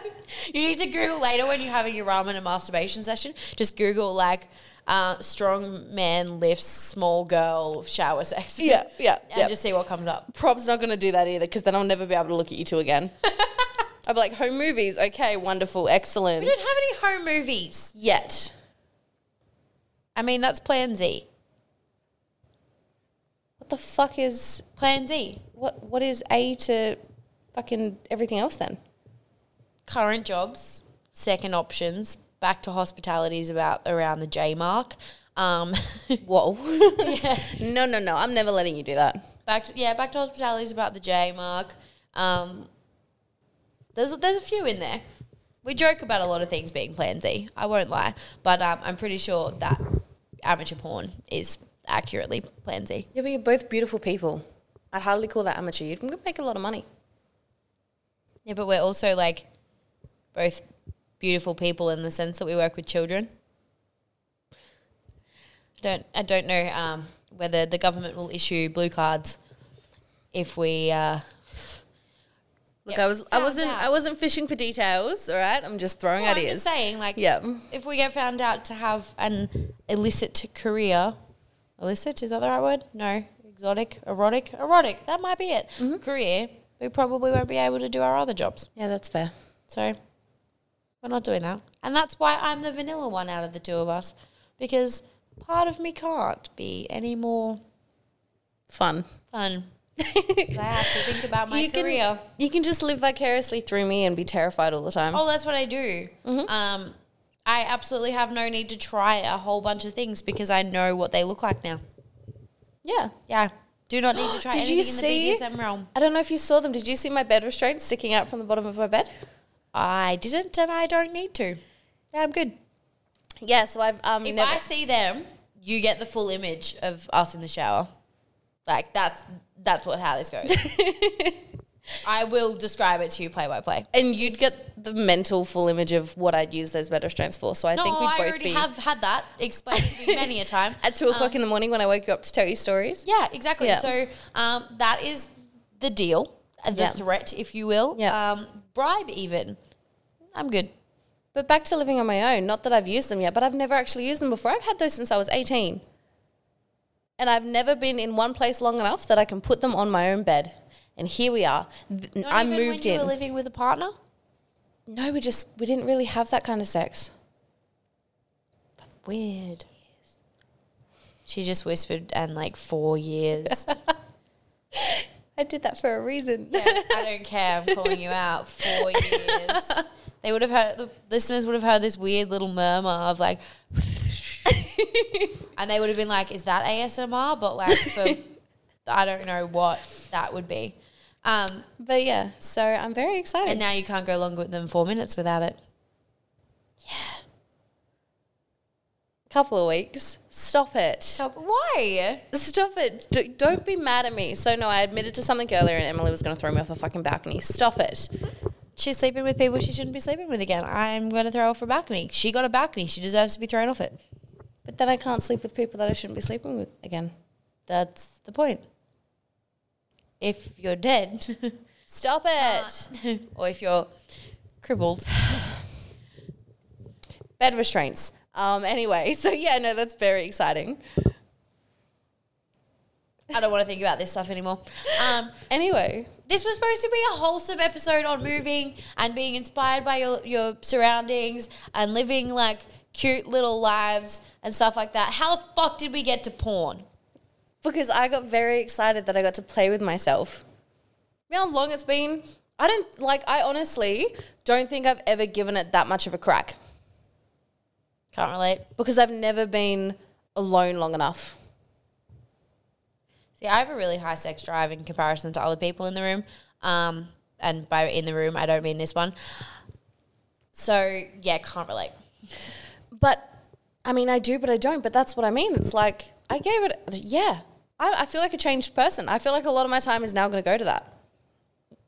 You need to Google later when you're having your ramen and masturbation session. Just Google like uh, strong man lifts small girl shower sex.
Yeah, yeah,
And
yeah.
just see what comes up.
Prob's not going to do that either because then I'll never be able to look at you two again. I'll be like, home movies, okay, wonderful, excellent.
We don't have any home movies.
Yet.
I mean, that's Plan Z.
What the fuck is,
Plan Z.
what? what is A to fucking everything else then?
Current jobs, second options, back to hospitality is about around the J mark. Um,
Whoa. No, no, no, I'm never letting you do that.
back to, yeah, back to hospitality is about the J mark. Um, there's there's a few in there. We joke about a lot of things being Plan Z. I won't lie, but um, I'm pretty sure that amateur porn is accurately Plan Z.
Yeah, but you're both beautiful people. I'd hardly call that amateur. You'd make a lot of money.
Yeah, but we're also like both beautiful people in the sense that we work with children. I don't I don't know um, whether the government will issue blue cards if we uh,
Look,
Yeah,
I was I
found
wasn't
out.
I wasn't fishing for details, all right? I'm just throwing
Well, I'm
ideas.
just saying like
Yeah.
if we get found out to have an illicit career, illicit is that the right word? No, exotic, erotic, erotic. That might be it. Career, we probably won't be able to do our other jobs.
Yeah, that's fair.
So we're not doing that. And that's why I'm the vanilla one out of the two of us because part of me can't be any more
Fun.
fun. 'Cause I have to think about my career.
can you can just live vicariously through me and be terrified all the time.
Oh, that's what I do. Um, I absolutely have no need to try a whole bunch of things because I know what they look like now.
Yeah.
Yeah. Do not need to try
Did
anything
you see-
in the BDSM realm.
I don't know if you saw them. Did you see my bed restraints sticking out from the bottom of my bed?
I didn't and I don't need to. Yeah, I'm good.
Yeah, so I've um
If
never
I see them, you get the full image of us in the shower. Like that's that's what how this goes. I will describe it to you play by play.
and you'd get the mental full image of what I'd use those bed restraints for. So I
No,
think we'd
I
both
already
be
have had that explained to me many a time. Um,
at two o'clock in the morning when I woke you up to tell you stories.
Yeah, exactly.
Yeah.
So um, that is the deal, uh, the
Yeah.
threat, if you will.
Yeah.
Um, bribe even. I'm good.
But back to living on my own, not that I've used them yet, but I've never actually used them before. I've had those since I was 18. And I've never been in one place long enough that I can put them on my own bed. And here we are. Th-
Not
I
even
moved
when you
in.
were living with a partner.
no, we just we didn't really have that kind of sex.
Weird. She just whispered, and like four years.
I did that for a reason.
I don't care. I'm calling you out. Four years. They would have heard the listeners would have heard this weird little murmur of like, and they would have been like, "Is that ASMR?" But like for I don't know what that would be. Um,
but yeah, so I'm very excited.
and now you can't go longer than four minutes without it.
couple of weeks. Stop it.
Why?
Stop it. D- don't be mad at me. So no, I admitted to something earlier and Emily was going to throw me off the fucking balcony. Stop it.
She's sleeping with people she shouldn't be sleeping with again. I'm going to throw her off a balcony. She got a balcony. She deserves to be thrown off it.
But then I can't sleep with people that I shouldn't be sleeping with again.
That's the point. If you're dead,
Stop it.
or if you're crippled,
Bed restraints. Um, anyway, so yeah, no, that's very exciting.
I don't want to think about this stuff anymore. Um,
Anyway,
this was supposed to be a wholesome episode on moving and being inspired by your, your surroundings and living like cute little lives and stuff like that. How the fuck did we get to porn?
because I got very excited that I got to play with myself. You know how long it's been? I don't like, I honestly don't think I've ever given it that much of a crack
Can't relate.
because I've never been alone long enough.
See, I have a really high sex drive in comparison to other people in the room. Um, and by in the room, I don't mean this one. So yeah, can't relate.
But I mean, I do, but I don't. But that's what I mean. It's like I gave it. Yeah, I, I feel like a changed person. I feel like a lot of my time is now going to go to that.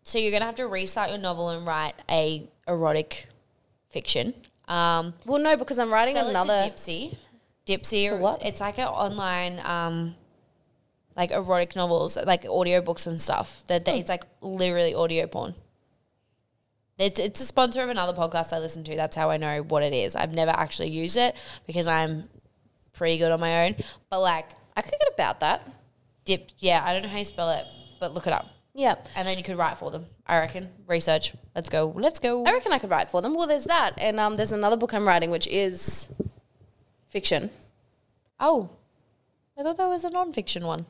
So you're gonna have to restart your novel and write a erotic fiction. Um,
Well, no, because I'm writing
sell
another.
it to Dipsy. Dipsy,
To what?
it's like an online, um, like erotic novels, like audiobooks and stuff. That
Hmm.
that- it's like literally audio porn. It's it's a sponsor of another podcast I listen to. That's how I know what it is. I've never actually used it because I'm pretty good on my own. But like
I could get about that.
dip, yeah, I don't know how you spell it, but look it up,
Yeah.
and then you could write for them. I reckon research. Let's go. Let's go.
I reckon I could write for them. Well, there's that, and um, there's another book I'm writing, which is fiction
Oh, I thought that was a non-fiction one.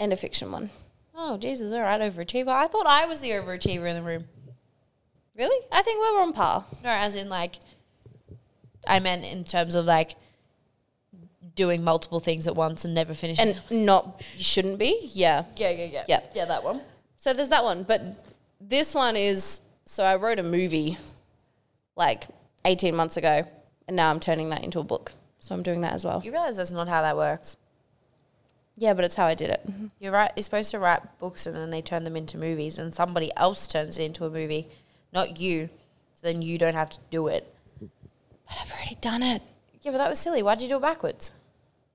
and a fiction one.
Oh, Jesus, all right, overachiever. I thought I was the overachiever in the room.
Really? I think we're on par.
No, as in, like, I meant in terms of, like, doing multiple things at once and never finishing.
And not you shouldn't be. Yeah.
yeah, yeah, yeah.
Yeah.
Yeah, that one.
So there's that one, but this one is so I wrote a movie like 18 months ago, and now I'm turning that into a book. So I'm doing that as well.
You realize that's not how that works.
Yeah, but it's how I did it.
You're right. You're supposed to write books and then they turn them into movies and somebody else turns it into a movie, not you. So then you don't have to do it.
But I've already done it.
Yeah, but that was silly. Why'd you do it backwards?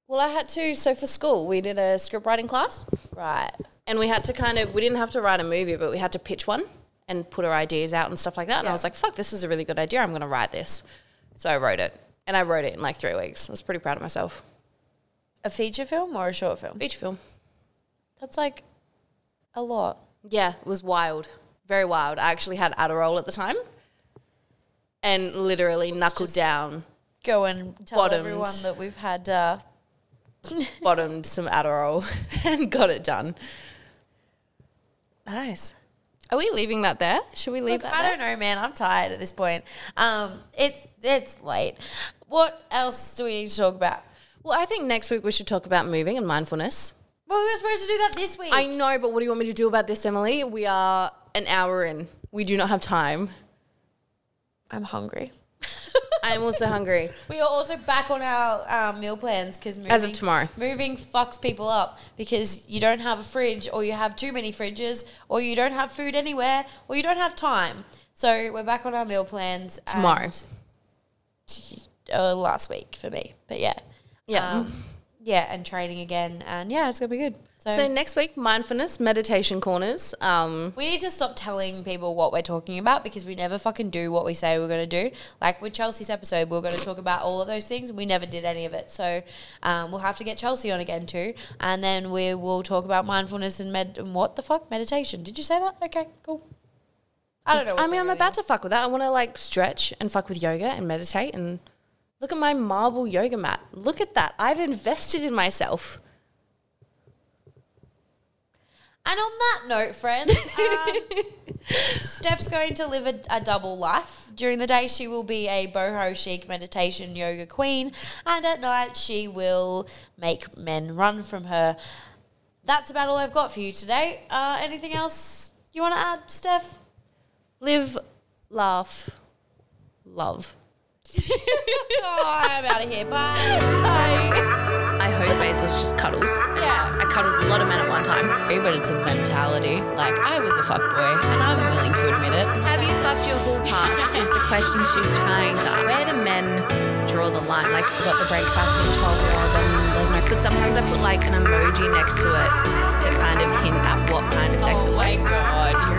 Well, I had to. So for school, we did a script writing class,
Right.
and we had to kind of we didn't have to write a movie, but we had to pitch one and put our ideas out and stuff like that. And I was like, "Fuck, this is a really good idea. I'm going to write this." So I wrote it, and I wrote it in like three weeks. I was pretty proud of myself.
A feature film or a short film?
Beach film.
That's like a lot.
Yeah, it was wild. Very wild. I actually had Adderall at the time and literally knuckled down,
go and tell
Bottomed.
everyone that we've had. Uh,
bottomed some Adderall and got it done.
nice.
Are we leaving that there? Should we leave
Look,
that
I
there?
don't know, man. I'm tired at this point. Um, it's it's late. What else do we need to talk about?
Well, I think next week we should talk about moving and mindfulness.
Well, we were supposed to do that this week.
I know, but what do you want me to do about this, Emily? We are an hour in. We do not have time.
I'm hungry.
I'm also hungry.
We are also back on our um, meal plans because
As of tomorrow.
moving fucks people up because you don't have a fridge, or you have too many fridges, or you don't have food anywhere, or you don't have time. So we're back on our meal plans and-
Tomorrow.
uh, last week for me. But yeah,
Yeah.
um, yeah, and training again, and yeah, it's gonna be good. So,
so next week, mindfulness, meditation corners. Um,
we need to stop telling people what we're talking about because we never fucking do what we say we're gonna do. Like with Chelsea's episode, we are gonna talk about all of those things, and we never did any of it. So um, we'll have to get Chelsea on again too, and then we will talk about mindfulness and med and what the fuck meditation. Did you say that? Okay, cool. I don't know.
I mean, I'm about to fuck with that. I want to like stretch and fuck with yoga and meditate and look at my marble yoga mat. Look at that. I've invested in myself.
And on that note, friends, um, Steph's going to live a, a double life. During the day, she will be a boho chic meditation yoga queen, and at night, she will make men run from her. That's about all I've got for you today. Uh, anything else you want to add, Steph?
Live, laugh, love.
oh, I'm out of here. Bye.
My whole phase was just cuddles.
Yeah.
I cuddled a lot of men at one time.
Hey, But it's a mentality. Like, I was a fuckboy, and I'm willing to admit it.
Have you fucked your whole past? is the question she's trying to. Where do men draw the line? Like, got the breakfast at 12 year old and there's no. But sometimes I put like an emoji next to it to kind of hint at what kind of sex it was.
God, you're